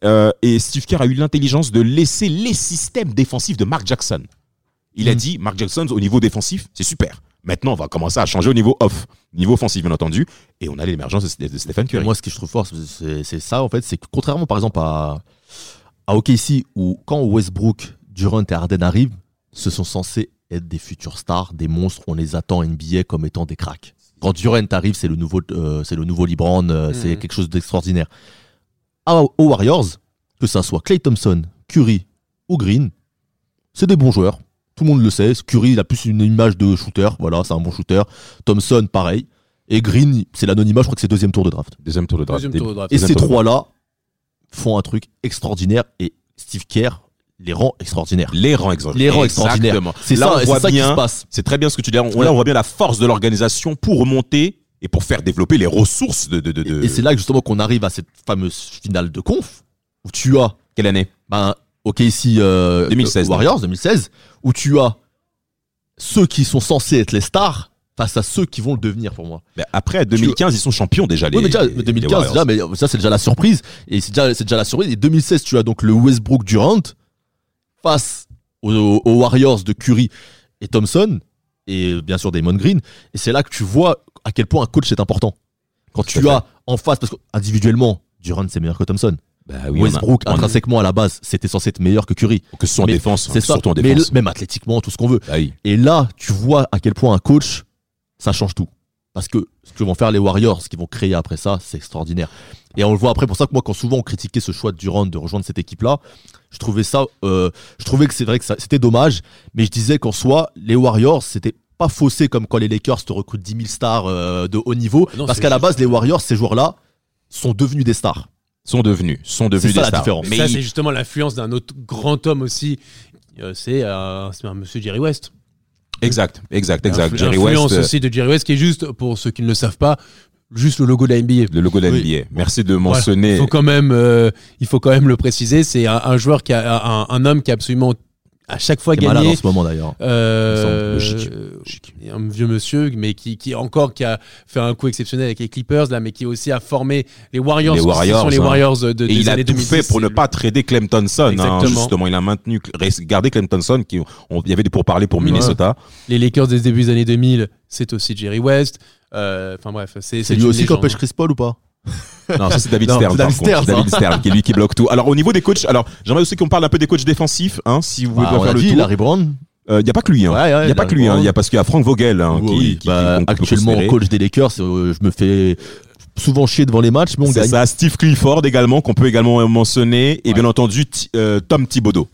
Speaker 2: Euh, et Steve Kerr a eu l'intelligence de laisser les systèmes défensifs de Mark Jackson. Il a
Speaker 3: Hmm.
Speaker 1: Mm.
Speaker 2: dit, Mark Jackson, au niveau défensif, c'est super. Maintenant, on va commencer à changer au niveau off, niveau offensif, bien entendu. Et on a l'émergence de de Stephen
Speaker 3: Et
Speaker 2: Curry.
Speaker 3: Moi, ce que je trouve fort, c'est- c'est c'est ça, en fait. C'est que contrairement, par exemple, à, à OKC, où quand Westbrook, Durant et Harden arrivent, ce sont censés être des futurs stars, des monstres. On les attend NBA comme étant des cracks. Quand Durant arrive, c'est le nouveau, euh, c'est le nouveau LeBron, euh,
Speaker 2: Mm.
Speaker 3: c'est
Speaker 4: Mhm.
Speaker 3: quelque chose d'extraordinaire. À- Aux Warriors, que ça soit Clay Thompson, Curry ou Green, c'est des bons joueurs. Tout le monde le sait. Curry, il a plus une image de shooter. Voilà, c'est un bon shooter. Thompson, pareil. Et Green, c'est l'anonymat, je crois que c'est deuxième tour de draft.
Speaker 2: Deuxième tour de draft.
Speaker 4: Deuxième
Speaker 2: Dé-
Speaker 4: tour de draft.
Speaker 3: Et
Speaker 2: Deuxième
Speaker 3: ces
Speaker 2: tour.
Speaker 3: trois-là font un truc extraordinaire et Steve Kerr les rend extraordinaires.
Speaker 2: Les rangs extraordinaires.
Speaker 3: Les rend extraordinaires.
Speaker 2: Exactement.
Speaker 3: C'est
Speaker 2: Là,
Speaker 3: ça,
Speaker 2: on
Speaker 3: c'est
Speaker 2: voit
Speaker 3: ça qui
Speaker 2: bien-
Speaker 3: se passe.
Speaker 2: C'est très bien ce que tu dis. On-
Speaker 3: Ouais.
Speaker 2: Là, on voit bien la force de l'organisation pour remonter et pour faire développer les ressources de. de, de, de-
Speaker 3: Et c'est là que, justement qu'on arrive à cette fameuse finale de conf où tu as,
Speaker 2: Quelle année
Speaker 3: ben, ok ici, euh,
Speaker 2: 2016,
Speaker 3: Warriors 2016, où tu as ceux qui sont censés être les stars face à ceux qui vont le devenir pour moi.
Speaker 2: Ben, Après, 2015, ils sont champions déjà. Les,
Speaker 3: oui, mais déjà,
Speaker 2: les- les
Speaker 3: 2015,
Speaker 2: Warriors.
Speaker 3: déjà, mais ça, c'est déjà la surprise. Et c'est déjà, c'est déjà la surprise. Et 2016, tu as donc le Westbrook Durant face aux, aux Warriors de Curry et Thompson, et bien sûr Damon Green. Et c'est là que tu vois à quel point un coach est important. Quand
Speaker 2: Tout à
Speaker 3: tu
Speaker 2: fait.
Speaker 3: as en face, parce qu'individuellement, Durant, c'est meilleur que Thompson.
Speaker 2: Ben oui, on a-
Speaker 3: Westbrook,
Speaker 2: on a-
Speaker 3: intrinsèquement, à la base, c'était censé être meilleur que Curry.
Speaker 2: que ce soit en
Speaker 3: Mais
Speaker 2: défense,
Speaker 3: C'est ça.
Speaker 2: surtout en
Speaker 3: Mais le-
Speaker 2: défense.
Speaker 3: même athlétiquement, tout ce qu'on veut.
Speaker 2: Ah oui.
Speaker 3: Et là, tu vois à quel point un coach, ça change tout. Parce que ce que vont faire les Warriors, ce qu'ils vont créer après ça, c'est extraordinaire. Et on le voit après, pour ça que moi, quand souvent on critiquait ce choix de Durant de rejoindre cette équipe-là, je trouvais ça, euh, je trouvais que c'est vrai que ça- c'était dommage, mais je disais qu'en soi, les Warriors, c'était pas faussé comme quand les Lakers te recrutent 10 000 stars euh, de haut niveau,
Speaker 4: Non,
Speaker 3: parce
Speaker 4: c'est
Speaker 3: qu'à la
Speaker 4: juste-
Speaker 3: base, les Warriors, ces joueurs-là, sont devenus des stars.
Speaker 2: Sont devenus. Sont
Speaker 3: C'est
Speaker 2: devenus
Speaker 3: ça
Speaker 2: des
Speaker 3: la
Speaker 2: stars.
Speaker 3: différence.
Speaker 4: Mais
Speaker 2: Mais
Speaker 4: ça,
Speaker 2: ils-
Speaker 4: c'est justement l'influence d'un autre grand homme aussi. Euh, c'est euh, c'est un monsieur Jerry West.
Speaker 2: Exact, exact, exact.
Speaker 4: Influ-
Speaker 2: Jerry
Speaker 4: Influence
Speaker 2: West. euh,
Speaker 4: aussi de Jerry West, qui est juste, pour ceux qui ne le savent pas, juste le logo de la NBA.
Speaker 2: Le logo de la
Speaker 3: Oui.
Speaker 2: NBA. Merci de
Speaker 4: Voilà.
Speaker 2: mentionner.
Speaker 4: Il faut quand même, euh, il faut quand même le préciser. C'est un, un joueur qui a un, un homme qui a absolument à chaque fois
Speaker 3: Qui est malade en
Speaker 4: gagné.
Speaker 3: ce moment d'ailleurs.
Speaker 4: Euh,
Speaker 2: Il me semble logique. Logique.
Speaker 4: et un vieux monsieur, mais qui, qui encore qui a fait un coup exceptionnel avec les Clippers là, mais qui aussi a formé les Warriors.
Speaker 2: Les
Speaker 4: parce que ce
Speaker 2: Warriors,
Speaker 4: sont les
Speaker 2: hein.
Speaker 4: Warriors de, de-
Speaker 2: Et
Speaker 4: des
Speaker 2: il a
Speaker 4: années
Speaker 2: tout
Speaker 4: 2010,
Speaker 2: fait pour
Speaker 4: c'est
Speaker 2: ne
Speaker 4: le-
Speaker 2: pas trader Clem Thompson. hein,
Speaker 4: Exactement.
Speaker 2: justement, il a maintenu, gardé Clem Thompson. Qui, on- il y avait des pourparlers pour
Speaker 4: Ouais.
Speaker 2: Minnesota.
Speaker 4: Les Lakers des débuts des années 2000, c'est aussi Jerry West. Euh, Enfin bref, c'est
Speaker 3: C'est
Speaker 4: une
Speaker 3: lui aussi qui
Speaker 4: légende.
Speaker 3: empêche Chris Paul ou pas
Speaker 2: Non, ça c'est David
Speaker 3: Non,
Speaker 2: Stern.
Speaker 3: c'est
Speaker 2: par
Speaker 3: David
Speaker 2: contre.
Speaker 3: Stern, hein.
Speaker 2: C'est
Speaker 3: ça.
Speaker 2: David Stern, qui est lui qui bloque tout. Alors au niveau des coachs, alors j'aimerais aussi qu'on parle un peu des coachs défensifs, hein, si vous voulez
Speaker 3: Bah,
Speaker 2: bien
Speaker 3: on
Speaker 2: faire
Speaker 3: a
Speaker 2: le
Speaker 3: dit
Speaker 2: tour.
Speaker 3: Larry Brown.
Speaker 2: Il n'y a pas que lui. Hein.
Speaker 3: Ouais, ouais,
Speaker 2: il n'y a pas
Speaker 3: Larry
Speaker 2: que lui. hein.
Speaker 3: Brown.
Speaker 2: Il y a parce qu'il y a Frank Vogel hein,
Speaker 3: Oui,
Speaker 2: qui,
Speaker 3: oui.
Speaker 2: qui-
Speaker 3: Bah,
Speaker 2: qu'on peut
Speaker 3: actuellement
Speaker 2: considérer.
Speaker 3: coach des Lakers, euh, je me fais souvent chier devant les matchs, mais on
Speaker 2: C'est
Speaker 3: gagne.
Speaker 2: ça, Steve Clifford également qu'on peut également mentionner et bien entendu Ti- euh, Tom Thibodeau.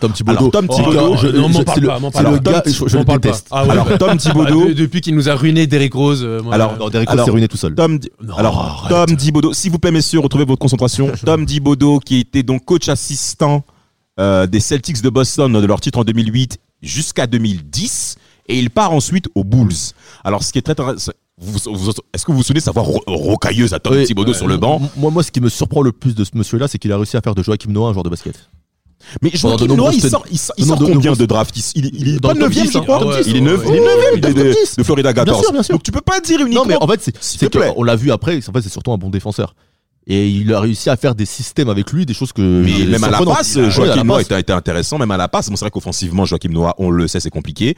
Speaker 3: Tom Thibodeau.
Speaker 2: Alors, Tom
Speaker 3: Oh,
Speaker 2: Thibodeau,
Speaker 3: alors,
Speaker 4: je- non, m'en
Speaker 3: c'est
Speaker 4: parle
Speaker 3: le-
Speaker 4: pas, m'en
Speaker 3: c'est
Speaker 4: parle
Speaker 3: le
Speaker 2: pas.
Speaker 3: gars,
Speaker 2: Tom
Speaker 3: je, je le
Speaker 4: M'en parle pas.
Speaker 3: déteste.
Speaker 4: Ah ouais.
Speaker 2: Alors
Speaker 3: <laughs>
Speaker 2: Tom Thibodeau,
Speaker 4: Ah,
Speaker 3: bah,
Speaker 4: de- depuis qu'il nous a ruiné Derrick Rose. euh, moi,
Speaker 2: Alors,
Speaker 4: euh,
Speaker 3: Non, Derrick Rose
Speaker 2: Alors,
Speaker 3: s'est ruiné tout seul.
Speaker 2: Tom, Di-
Speaker 3: Non,
Speaker 2: alors
Speaker 3: oh, arrête.
Speaker 2: Tom Thibodeau, s'il vous plaît messieurs, retrouvez votre concentration.
Speaker 3: <laughs>
Speaker 2: Tom Thibodeau qui était donc coach assistant euh, des Celtics de Boston de leur titre en 2008 jusqu'à 2010 et il part ensuite aux Bulls. Alors ce qui est très intéressant, vous- vous- est-ce que vous vous souvenez de sa voix ro- euh, rocailleuse à Tom
Speaker 3: Oui.
Speaker 2: Thibodeau
Speaker 3: Ouais.
Speaker 2: sur le banc
Speaker 3: M- Moi, moi, ce qui me surprend le plus de ce monsieur-là, c'est qu'il a réussi à faire de Joachim Noah un joueur de basket.
Speaker 2: Mais je vois
Speaker 3: Pendant de
Speaker 2: qu'il Noah,
Speaker 3: nombreuses
Speaker 2: il
Speaker 3: ten-
Speaker 2: sort, il sort, il
Speaker 3: de
Speaker 2: sort
Speaker 3: nombreuses-
Speaker 2: combien de draft Il, il, il est
Speaker 3: Dans
Speaker 2: pas
Speaker 3: le top
Speaker 2: 9 je
Speaker 3: 10,
Speaker 2: crois.
Speaker 4: hein. Ah ouais,
Speaker 2: il est
Speaker 4: ouais,
Speaker 2: 9
Speaker 4: ouais.
Speaker 2: il est neuvième de,
Speaker 3: Dans le
Speaker 2: de-
Speaker 3: top 10.
Speaker 2: de Florida 14.
Speaker 3: sûr, bien sûr.
Speaker 2: Donc tu peux pas dire uniquement.
Speaker 3: Non, mais en fait, c'est-
Speaker 2: s'il
Speaker 3: c'est
Speaker 2: te plaît.
Speaker 3: qu'on l'a vu après. En fait, c'est surtout un bon défenseur. Et il a réussi à faire des systèmes avec lui, des choses que.
Speaker 2: Mais
Speaker 3: euh,
Speaker 2: même à la
Speaker 3: surprenantes.
Speaker 2: passe,
Speaker 3: Ouais, à la
Speaker 2: Joachim Noah
Speaker 3: passe.
Speaker 2: était, était intéressant, même à la passe. Bon, c'est vrai qu'offensivement, Joachim Noah, on le sait, c'est compliqué.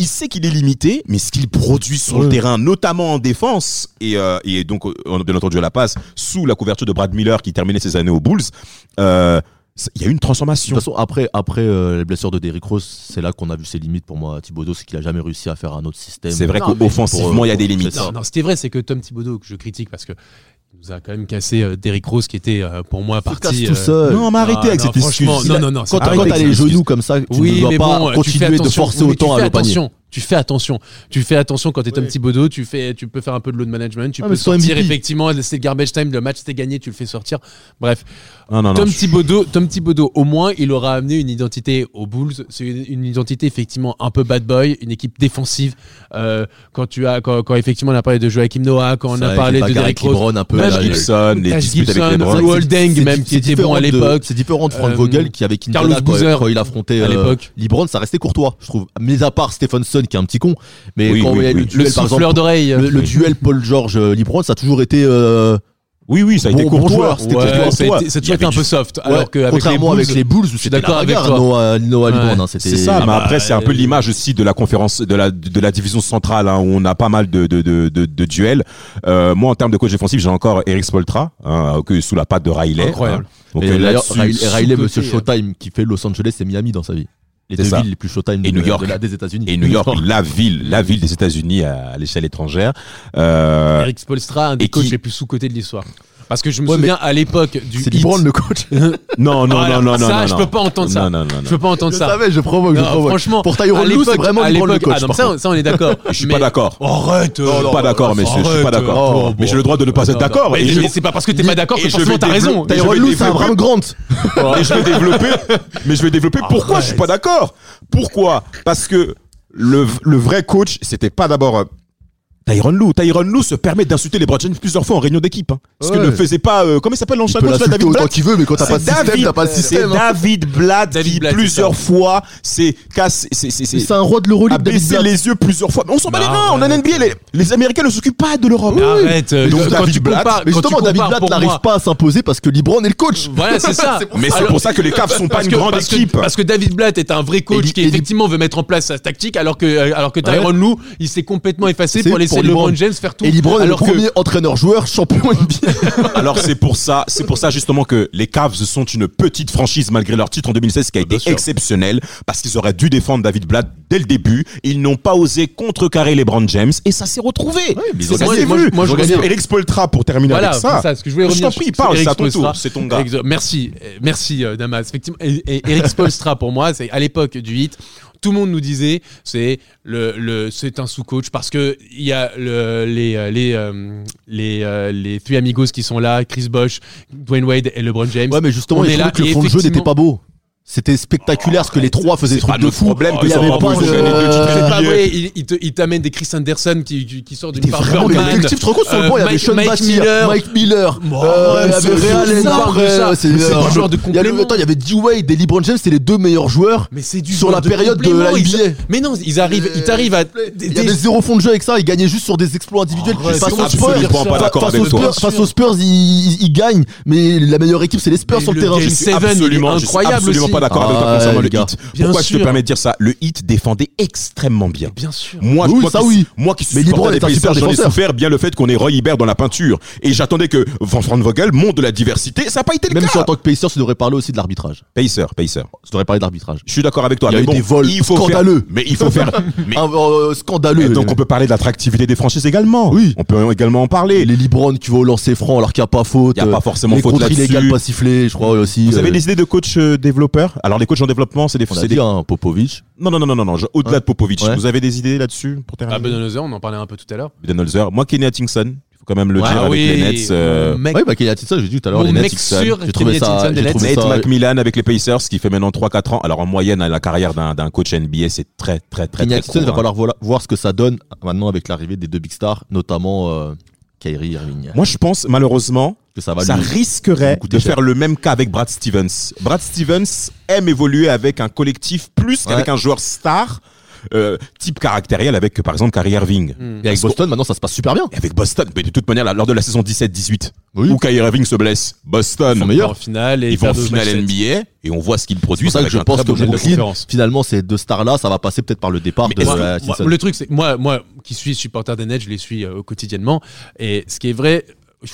Speaker 2: Il sait qu'il est limité, mais ce qu'il produit sur le
Speaker 3: Ouais.
Speaker 2: terrain, notamment en défense, et, euh, et donc, euh, on a bien entendu à la passe, sous la couverture de Brad Miller qui terminait ses années aux Bulls, euh, c'est- il y a eu une
Speaker 3: De
Speaker 2: transformation.
Speaker 3: toute façon, après, après euh, les blessures de Derrick Rose, c'est là qu'on a vu ses limites pour moi. Thibodeau, c'est qu'il a jamais réussi à faire un autre système.
Speaker 2: C'est vrai
Speaker 4: Non, mais-
Speaker 2: qu'offensivement, il y a des
Speaker 3: pour-
Speaker 2: limites.
Speaker 3: c'est ça.
Speaker 4: Non, non, c'était vrai, c'est que Tom Thibodeau que je critique parce que il nous a quand même cassé euh, Derrick Rose qui était euh, pour moi
Speaker 3: Il se casse
Speaker 4: parti.
Speaker 3: tout
Speaker 4: euh,
Speaker 3: seul.
Speaker 2: Non, mais arrêtez
Speaker 4: non,
Speaker 2: avec
Speaker 4: non,
Speaker 2: cette excuse.
Speaker 4: franchement, non, non, non,
Speaker 3: Quand
Speaker 4: c'est
Speaker 3: t'as
Speaker 2: arrêtez
Speaker 3: quand
Speaker 4: vrai.
Speaker 3: t'as les
Speaker 2: excuse.
Speaker 3: genoux comme ça, tu
Speaker 4: oui,
Speaker 3: ne dois
Speaker 4: mais
Speaker 3: pas
Speaker 4: bon, euh, tu fais
Speaker 3: continuer de
Speaker 4: attention.
Speaker 3: forcer
Speaker 4: Oui, mais
Speaker 3: autant
Speaker 4: tu
Speaker 3: à
Speaker 4: fais
Speaker 3: le panier.
Speaker 4: attention. Tu fais attention. Tu fais attention quand tu es un
Speaker 3: Oui.
Speaker 4: petit bodo. Tu, fais, tu peux faire un peu de load management. Tu
Speaker 3: Ah,
Speaker 4: peux
Speaker 3: mais sans
Speaker 4: sortir
Speaker 3: MVP.
Speaker 4: effectivement. C'est garbage time. Le match, c'est gagné. Tu le fais sortir. Bref.
Speaker 3: Ah,
Speaker 2: Non, non, non.
Speaker 4: Tom
Speaker 2: je-
Speaker 4: Thibodeau, Tom Thibodeau, au moins, il aura amené une identité aux Bulls. C'est une, une identité effectivement un peu bad boy, une équipe défensive. Euh, quand tu as, quand, quand effectivement on a parlé de Joachim Noah, quand on
Speaker 3: Ça,
Speaker 4: a
Speaker 3: il
Speaker 4: parlé
Speaker 3: fait pas
Speaker 4: de
Speaker 3: Garrick
Speaker 4: Derrick Rose,
Speaker 3: Lebron un peu.
Speaker 4: Taj
Speaker 3: là,
Speaker 2: Taj
Speaker 3: le-
Speaker 2: Gibson, les
Speaker 4: Taj
Speaker 2: disputes
Speaker 4: Gibson,
Speaker 2: avec les
Speaker 3: C'est-
Speaker 2: Browns.
Speaker 4: Lou Holding,
Speaker 3: c'est-
Speaker 4: même, qui
Speaker 3: c'est
Speaker 4: était
Speaker 3: différent
Speaker 4: bon à
Speaker 3: de-
Speaker 4: l'époque.
Speaker 3: C'est différent de Frank
Speaker 4: Euh,
Speaker 3: Vogel qui avec
Speaker 4: Carlos
Speaker 3: Indiana quand,
Speaker 4: Boozer,
Speaker 3: quand il affrontait
Speaker 4: à
Speaker 3: euh,
Speaker 4: l'époque.
Speaker 3: LeBron, ça restait courtois, je trouve. Mis à part Stephenson qui est un petit con, mais
Speaker 2: Oui,
Speaker 3: quand
Speaker 2: oui,
Speaker 3: il y a eu
Speaker 2: oui.
Speaker 3: le
Speaker 4: le
Speaker 3: duel par exemple,
Speaker 4: souffleur d'oreille.
Speaker 3: le, le
Speaker 2: Oui.
Speaker 3: duel Paul George euh, LeBron, ça a toujours été euh,
Speaker 2: Oui, oui, ça a été
Speaker 3: Bon-
Speaker 2: courtois.
Speaker 3: bon joueur,
Speaker 4: Ouais,
Speaker 3: c'était
Speaker 2: courtois.
Speaker 4: ça a
Speaker 3: toi.
Speaker 4: été- ça a
Speaker 2: Il y
Speaker 4: toujours été un
Speaker 2: avait
Speaker 4: peu
Speaker 2: du-
Speaker 4: soft.
Speaker 3: ouais,
Speaker 4: Alors qu'avec les
Speaker 3: contrairement
Speaker 4: Bulls,
Speaker 3: avec les Bulls, où c'était
Speaker 4: d'accord
Speaker 3: la
Speaker 4: avec
Speaker 3: bagarre,
Speaker 4: toi.
Speaker 3: Noah, Noah
Speaker 4: Ouais.
Speaker 3: LeBron, hein, c'était
Speaker 2: C'est ça,
Speaker 4: Ah
Speaker 2: mais
Speaker 4: bah,
Speaker 2: après, c'est un peu
Speaker 4: euh,
Speaker 2: l'image aussi de la conférence, de la, de la division centrale, hein, où on a pas mal de, de, de, de, de duels. Euh, moi, en termes de coach défensif, j'ai encore Eric Spoltra, hein, que sous la patte de Riley.
Speaker 4: Incroyable.
Speaker 2: hein. Donc,
Speaker 3: Et
Speaker 2: euh,
Speaker 3: d'ailleurs,
Speaker 2: là-dessus,
Speaker 3: Riley, Riley,
Speaker 4: sous-côté,
Speaker 3: monsieur
Speaker 4: euh.
Speaker 3: Showtime, qui fait Los Angeles et Miami dans sa vie. Les
Speaker 2: C'est
Speaker 3: deux
Speaker 2: ça.
Speaker 3: villes les plus Showtime
Speaker 2: Et
Speaker 3: de-
Speaker 2: New York.
Speaker 3: de la- des États-Unis.
Speaker 2: et New York, la ville, la ville des États-Unis à, à l'échelle étrangère. Euh,
Speaker 4: Eric Spolstra, un
Speaker 2: Et
Speaker 4: des
Speaker 2: qui-
Speaker 4: coachs les plus sous-cotés de l'histoire. Parce que je me
Speaker 3: Ouais, mais-
Speaker 4: souviens à l'époque du.
Speaker 3: C'est
Speaker 4: Heat.
Speaker 3: LeBron le coach.
Speaker 2: non, non,
Speaker 4: Voilà,
Speaker 2: non, non, non.
Speaker 4: Ah, ça,
Speaker 2: non,
Speaker 4: je
Speaker 2: non.
Speaker 4: peux pas entendre ça.
Speaker 2: Non, non, non. non.
Speaker 4: Je peux pas entendre
Speaker 3: Je
Speaker 4: ça.
Speaker 3: savais, je provoque, je
Speaker 4: Non,
Speaker 3: provoque.
Speaker 4: franchement,
Speaker 3: pour
Speaker 4: à
Speaker 3: Tyronn Lue, c'est
Speaker 4: l'époque-
Speaker 3: vraiment
Speaker 4: à
Speaker 3: LeBron le
Speaker 4: l'époque-
Speaker 3: coach.
Speaker 4: ah non,
Speaker 3: par
Speaker 4: ça,
Speaker 3: contre.
Speaker 4: on- ça, on est d'accord.
Speaker 2: Je suis
Speaker 4: Mais- Oh,
Speaker 2: pas d'accord.
Speaker 4: Arrête.
Speaker 2: Je suis pas d'accord, messieurs. Je suis pas d'accord.
Speaker 3: Oh,
Speaker 2: Mais j'ai le droit de ne pas être d'accord.
Speaker 4: Ah, Mais
Speaker 2: Et je-
Speaker 4: mais c'est pas parce que t'es pas d'accord
Speaker 2: Et
Speaker 4: que
Speaker 2: je
Speaker 4: forcément
Speaker 2: vais
Speaker 4: t'as raison.
Speaker 2: développer-
Speaker 3: Tyronn
Speaker 2: Je vais
Speaker 3: Lue, c'est un
Speaker 2: développer-
Speaker 3: Bram Grant.
Speaker 2: Mais je vais développer. Mais je vais développer
Speaker 4: Ah,
Speaker 2: pourquoi je suis pas d'accord. Pourquoi Parce que le, le vrai coach, c'était pas d'abord. euh, Tyronn Lou, Tyronn Lou se permet d'insulter les Brad James plusieurs fois en réunion d'équipe. hein. Ce que
Speaker 3: Ouais.
Speaker 2: ne faisait pas, euh, comment il s'appelle
Speaker 3: Tu
Speaker 2: l'ancien
Speaker 3: peux
Speaker 2: coach là,
Speaker 3: l'insulter
Speaker 2: David
Speaker 3: autant
Speaker 2: Blatt
Speaker 3: qu'il veut, mais quand t'as pas de
Speaker 2: C'est
Speaker 3: système, t'as pas de
Speaker 2: David- C'est
Speaker 3: système. hein.
Speaker 2: David Blatt
Speaker 4: David
Speaker 2: qui
Speaker 4: Blatt, c'est
Speaker 2: plusieurs fois s'est cassé, s'est- s'est- s'est-
Speaker 3: C'est un roi de
Speaker 2: a
Speaker 3: l'Euroleague, David
Speaker 2: baissé
Speaker 3: Blatt.
Speaker 2: les yeux plusieurs fois. Mais on s'en bat les
Speaker 4: Non,
Speaker 2: reins, on a un NBA, les, les Américains ne s'occupent pas de l'Europe.
Speaker 4: Mais Arrête. euh,
Speaker 3: Donc,
Speaker 4: quand
Speaker 2: David
Speaker 4: tu
Speaker 2: Blatt-
Speaker 4: compares-
Speaker 3: Mais
Speaker 4: quand tu
Speaker 3: justement, David
Speaker 4: compares
Speaker 3: Blatt
Speaker 4: pour moi-
Speaker 3: n'arrive pas à s'imposer parce que LeBron est le coach.
Speaker 4: Voilà,
Speaker 2: <laughs>
Speaker 4: c'est ça.
Speaker 2: Mais c'est
Speaker 4: Alors-
Speaker 2: pour ça que les Cavs sont pas
Speaker 4: Parce
Speaker 2: une
Speaker 4: que,
Speaker 2: grande
Speaker 4: parce que-
Speaker 2: équipe.
Speaker 4: parce que David Blatt est un vrai coach
Speaker 3: Et-
Speaker 4: qui
Speaker 3: et-
Speaker 4: effectivement veut mettre en place sa tactique, alors que euh, alors que Tyronn Lue, il s'est complètement effacé
Speaker 3: C'est
Speaker 4: pour laisser
Speaker 3: pour LeBron.
Speaker 4: LeBron James faire tout.
Speaker 3: Et LeBron est le
Speaker 4: alors que
Speaker 3: premier entraîneur-joueur champion NBA.
Speaker 2: Alors c'est pour ça, c'est pour ça justement que les Cavs sont une petite franchise malgré leur titre en 2016 qui a
Speaker 4: Ah, bien
Speaker 2: été
Speaker 4: sûr.
Speaker 2: exceptionnel parce qu'ils auraient dû défendre David Blatt dès le début. Ils n'ont pas osé contrecarrer les Brand James et ça s'est retrouvé.
Speaker 3: mais ils
Speaker 2: C'est
Speaker 3: ont
Speaker 2: ça
Speaker 4: gagné.
Speaker 2: s'est
Speaker 4: Moi,
Speaker 2: vu.
Speaker 4: je- moi, je
Speaker 2: Parce que
Speaker 4: regarde-
Speaker 2: Eric Spoltra pour terminer
Speaker 4: Voilà,
Speaker 2: avec ça.
Speaker 4: c'est ça, ce que je voulais
Speaker 2: je
Speaker 4: revenir
Speaker 2: t'en prie,
Speaker 4: sur-
Speaker 2: parle,
Speaker 4: sur
Speaker 2: c'est à
Speaker 4: Eric
Speaker 2: ton
Speaker 4: Spoelstra.
Speaker 2: tour, c'est ton gars.
Speaker 4: Eric- merci, euh, merci euh, Damas. Effectivement, et, et Eric Spolstra pour moi, c'est à l'époque du hit. Tout le monde nous disait c'est le, le c'est un sous-coach parce que il y a le, les euh, les euh, les euh, les three amigos qui sont là, Chris Bosh, Dwayne Wade et LeBron James.
Speaker 3: Ouais, mais justement,
Speaker 4: On
Speaker 3: il
Speaker 4: est
Speaker 3: je
Speaker 4: là,
Speaker 3: trouve que
Speaker 4: et
Speaker 3: le fond de jeu n'était
Speaker 4: effectivement-
Speaker 3: pas beau. C'était spectaculaire parce que les trois faisaient des
Speaker 2: C'est pas
Speaker 3: trucs de
Speaker 2: notre
Speaker 3: fou.
Speaker 2: problème
Speaker 3: Il
Speaker 2: qu'ils
Speaker 3: y
Speaker 2: soient
Speaker 3: avait
Speaker 2: pas
Speaker 3: pas
Speaker 2: bons, ils ont gagné deux
Speaker 3: de-
Speaker 2: titres.
Speaker 4: C'est Euh, pas
Speaker 2: NBA.
Speaker 4: vrai, il, il te- il t'amène des Chris Anderson qui, qui, qui sort d'une
Speaker 3: T'es
Speaker 4: part
Speaker 3: vraiment- mais
Speaker 4: Birdman.
Speaker 3: l'effectif, tu te rends compte, sur
Speaker 4: Euh,
Speaker 3: le banc, il y avait
Speaker 4: Mike-
Speaker 3: Sean
Speaker 4: Mike
Speaker 3: Bastille,
Speaker 4: Miller.
Speaker 3: Mike Miller,
Speaker 4: Bon,
Speaker 3: euh, il y
Speaker 4: ouais,
Speaker 3: avait
Speaker 4: c'est-
Speaker 3: Ray
Speaker 4: c'est
Speaker 3: Allen
Speaker 4: ça,
Speaker 3: après,
Speaker 4: ça.
Speaker 3: euh,
Speaker 4: C'est du
Speaker 3: euh,
Speaker 4: genre de
Speaker 3: il y a le-
Speaker 4: complément.
Speaker 3: attends, il y avait D-Wade et LeBron James, c'était les deux meilleurs joueurs
Speaker 4: Mais c'est du
Speaker 3: sur
Speaker 4: genre
Speaker 3: la période de
Speaker 4: complément,
Speaker 3: la
Speaker 4: ils-
Speaker 3: NBA.
Speaker 4: Mais non, ils arrivent, ils t'arrivent à
Speaker 2: Euh,
Speaker 3: Il y avait zéro fond de jeu avec ça, ils gagnaient juste sur des exploits individuels.
Speaker 4: Arrête,
Speaker 3: Face
Speaker 4: c'est
Speaker 3: aux
Speaker 2: absolument
Speaker 3: Spurs,
Speaker 2: pas
Speaker 3: fa-
Speaker 2: d'accord
Speaker 3: face
Speaker 2: avec
Speaker 3: aux
Speaker 2: toi.
Speaker 3: Spurs- face aux Spurs, ils ils gagnent, mais la meilleure équipe, c'est les Spurs
Speaker 4: Mais
Speaker 3: sur le
Speaker 4: le
Speaker 3: terrain.
Speaker 4: game
Speaker 2: Je suis
Speaker 4: Seven, il est
Speaker 2: absolument, je suis
Speaker 4: incroyable
Speaker 2: absolument
Speaker 4: aussi.
Speaker 2: pas d'accord avec toi
Speaker 3: Ah,
Speaker 2: concernant
Speaker 3: les
Speaker 2: le
Speaker 3: gars.
Speaker 2: hit.
Speaker 4: Bien
Speaker 2: Pourquoi je te
Speaker 4: sûr.
Speaker 2: permets de dire ça Le hit défendait extrêmement bien.
Speaker 4: Bien sûr.
Speaker 2: Moi,
Speaker 3: Oui,
Speaker 2: je crois
Speaker 3: ça
Speaker 2: que-
Speaker 3: oui.
Speaker 2: Moi qui suis
Speaker 3: Mais Libran est un super
Speaker 2: j'en ai
Speaker 3: défenseur.
Speaker 2: souffert bien le fait qu'on ait Roy Hibbert dans la peinture. Et j'attendais que Van Frank Vogel monte de la diversité. Ça n'a pas été le
Speaker 3: Même
Speaker 2: cas.
Speaker 3: si en tant que Pacers, tu devrais parler aussi de l'arbitrage.
Speaker 2: Pacer, Pacer.
Speaker 3: Tu devrais parler d'arbitrage.
Speaker 2: Je suis d'accord avec toi.
Speaker 3: Il y a
Speaker 2: mais
Speaker 3: eu
Speaker 2: bon,
Speaker 3: des vols
Speaker 2: il faut
Speaker 3: scandaleux.
Speaker 2: Faire, mais il faut
Speaker 3: <laughs>
Speaker 2: faire. mais-
Speaker 3: Ah, euh, Scandaleux.
Speaker 2: et donc on peut parler de l'attractivité des franchises également.
Speaker 3: Oui.
Speaker 2: On peut également en parler.
Speaker 3: Et les Libron qui vont au lancer franc alors qu'il n'y a pas faute.
Speaker 2: Il n'y a pas
Speaker 3: euh,
Speaker 2: forcément
Speaker 3: les
Speaker 2: faute
Speaker 3: contre illégales
Speaker 2: là-dessus.
Speaker 3: pas sifflées, je crois aussi.
Speaker 2: Vous
Speaker 3: euh,
Speaker 2: avez des idées de coach euh, développeur Alors les coachs en développement, c'est des.
Speaker 3: On a
Speaker 2: c'est
Speaker 3: dit
Speaker 2: des-
Speaker 3: hein, Popovic.
Speaker 2: Non non non non non. non, je- Au-delà
Speaker 3: Hein
Speaker 2: de Popovic,
Speaker 3: Ouais.
Speaker 2: vous avez des idées là-dessus pour
Speaker 4: Ah,
Speaker 2: terminer
Speaker 4: Budenholzer, on en parlait un peu tout à l'heure.
Speaker 2: Budenholzer. Moi Kenny Atkinson. Il faut quand même le
Speaker 3: Ouais,
Speaker 2: dire avec les Nets. euh,
Speaker 4: Ah Mec,
Speaker 3: Oui, bah Kenny Atkinson, j'ai dit tout à l'heure,
Speaker 4: Mon
Speaker 3: les Nets.
Speaker 4: mec sûr,
Speaker 3: J'ai trouvé
Speaker 4: Kenny
Speaker 3: ça.
Speaker 4: Atkinson des
Speaker 3: J'ai trouvé
Speaker 4: Nets.
Speaker 2: Nate
Speaker 3: ça.
Speaker 2: McMillan avec les Pacers qui fait maintenant 3-4 ans. Alors en moyenne, hein, la carrière d'un d'un coach NBA, c'est très très très
Speaker 3: Kenny
Speaker 2: très
Speaker 3: Atkinson,
Speaker 2: court,
Speaker 3: il va
Speaker 2: hein.
Speaker 3: falloir voilà- voir ce que ça donne euh, maintenant avec l'arrivée des deux big stars, notamment euh, Kyrie Irving.
Speaker 2: hein. Moi, je pense, malheureusement,
Speaker 3: Que ça va
Speaker 2: ça
Speaker 3: Ah bah, lui-
Speaker 2: risquerait
Speaker 3: beaucoup
Speaker 2: de
Speaker 3: d'échec.
Speaker 2: faire le même cas avec Brad Stevens. Brad Stevens aime évoluer avec un collectif plus qu'avec
Speaker 3: Ouais.
Speaker 2: un joueur star, euh, type caractériel avec, par exemple, Kyrie Irving.
Speaker 4: hmm.
Speaker 3: Et avec Boston, maintenant, ça se passe super bien.
Speaker 2: Et Avec Boston, mais de toute manière, là, lors de la saison 17-18,
Speaker 3: Oui.
Speaker 2: où Kyrie Irving se blesse,
Speaker 3: Ils sont
Speaker 2: Boston,
Speaker 3: meilleurs.
Speaker 4: en finale et
Speaker 2: ils vont en
Speaker 4: faire de
Speaker 2: finale
Speaker 4: match sept.
Speaker 2: NBA et on voit ce qu'ils
Speaker 3: C'est pour
Speaker 2: produisent.
Speaker 3: ça que
Speaker 2: avec
Speaker 3: je
Speaker 2: un
Speaker 3: pense
Speaker 2: très
Speaker 3: que
Speaker 2: bon jeu de
Speaker 4: Brooklyn-
Speaker 3: Brooklyn,
Speaker 4: conférence.
Speaker 3: finalement, ces deux stars-là, ça va passer peut-être par le départ
Speaker 2: Mais
Speaker 3: de
Speaker 2: est-ce
Speaker 3: euh,
Speaker 4: Moi,
Speaker 3: Atkinson.
Speaker 4: le truc, c'est que moi, moi qui suis supporter des Nets, je les suis euh, quotidiennement. Et ce qui est vrai,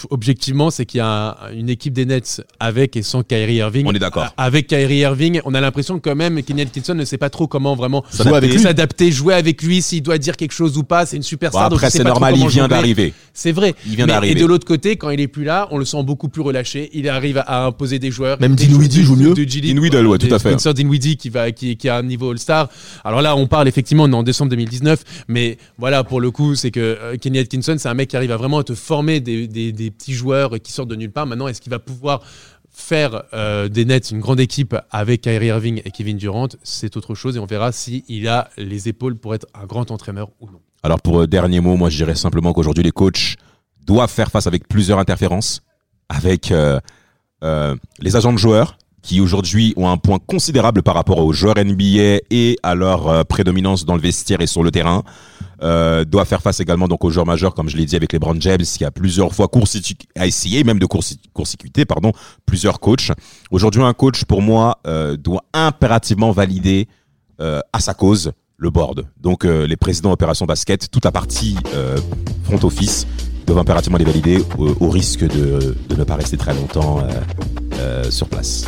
Speaker 4: objectivement, c'est qu'il y a un- une équipe des Nets avec et sans Kyrie Irving.
Speaker 2: On est d'accord.
Speaker 4: A- Avec Kyrie Irving, on a l'impression quand même que Atkinson ne sait pas trop comment vraiment
Speaker 3: S'adapter.
Speaker 4: s'adapter, s'adapter, jouer avec lui, s'il doit dire quelque chose ou pas. C'est une superstar.
Speaker 2: Bon,
Speaker 4: donc
Speaker 2: après,
Speaker 4: il sait
Speaker 2: c'est
Speaker 4: pas trop
Speaker 2: normal, il
Speaker 4: comment
Speaker 2: vient
Speaker 4: jongler.
Speaker 2: d'arriver.
Speaker 4: C'est vrai.
Speaker 2: Il vient
Speaker 4: Mais-
Speaker 2: d'arriver.
Speaker 4: Et de l'autre côté, quand il est plus là, on le sent beaucoup plus relâché. Il arrive à- à imposer des joueurs.
Speaker 3: Même
Speaker 4: Des
Speaker 3: Dinwiddie
Speaker 4: joueurs-
Speaker 3: joue
Speaker 4: de-
Speaker 3: mieux.
Speaker 4: de G League.
Speaker 2: Dinwiddie, ouais, tout
Speaker 4: Des
Speaker 2: à fait.
Speaker 4: Spencer Dinwiddie qui, va, qui, qui a un niveau All-Star. Alors là, on parle effectivement, on est en décembre 2019. Mais voilà, pour le coup, c'est que euh, Kenny Atkinson, c'est un mec qui arrive à vraiment te former des, des- des petits joueurs qui sortent de nulle part. Maintenant, est-ce qu'il va pouvoir faire euh, des Nets une grande équipe avec Kyrie Irving et Kevin Durant C'est autre chose et on verra s'il a les épaules pour être un grand entraîneur ou non.
Speaker 2: Alors pour euh, dernier mot, moi je dirais simplement qu'aujourd'hui les coachs doivent faire face avec plusieurs interférences, avec euh, euh, les agents de joueurs qui aujourd'hui ont un point considérable par rapport aux joueurs NBA et à leur euh, prédominance dans le vestiaire et sur le terrain. Euh, doit faire face également donc aux joueurs majeurs, comme je l'ai dit avec les Brown James, qui a plusieurs fois coursitu- a essayé même de coursi- coursicuter pardon, plusieurs coachs. Aujourd'hui, un coach, pour moi, euh, doit impérativement valider euh, à sa cause le board. Donc euh, les présidents opération basket, toute la partie euh, front office doivent impérativement les valider au, au risque de, de ne pas rester très longtemps euh, euh, sur place.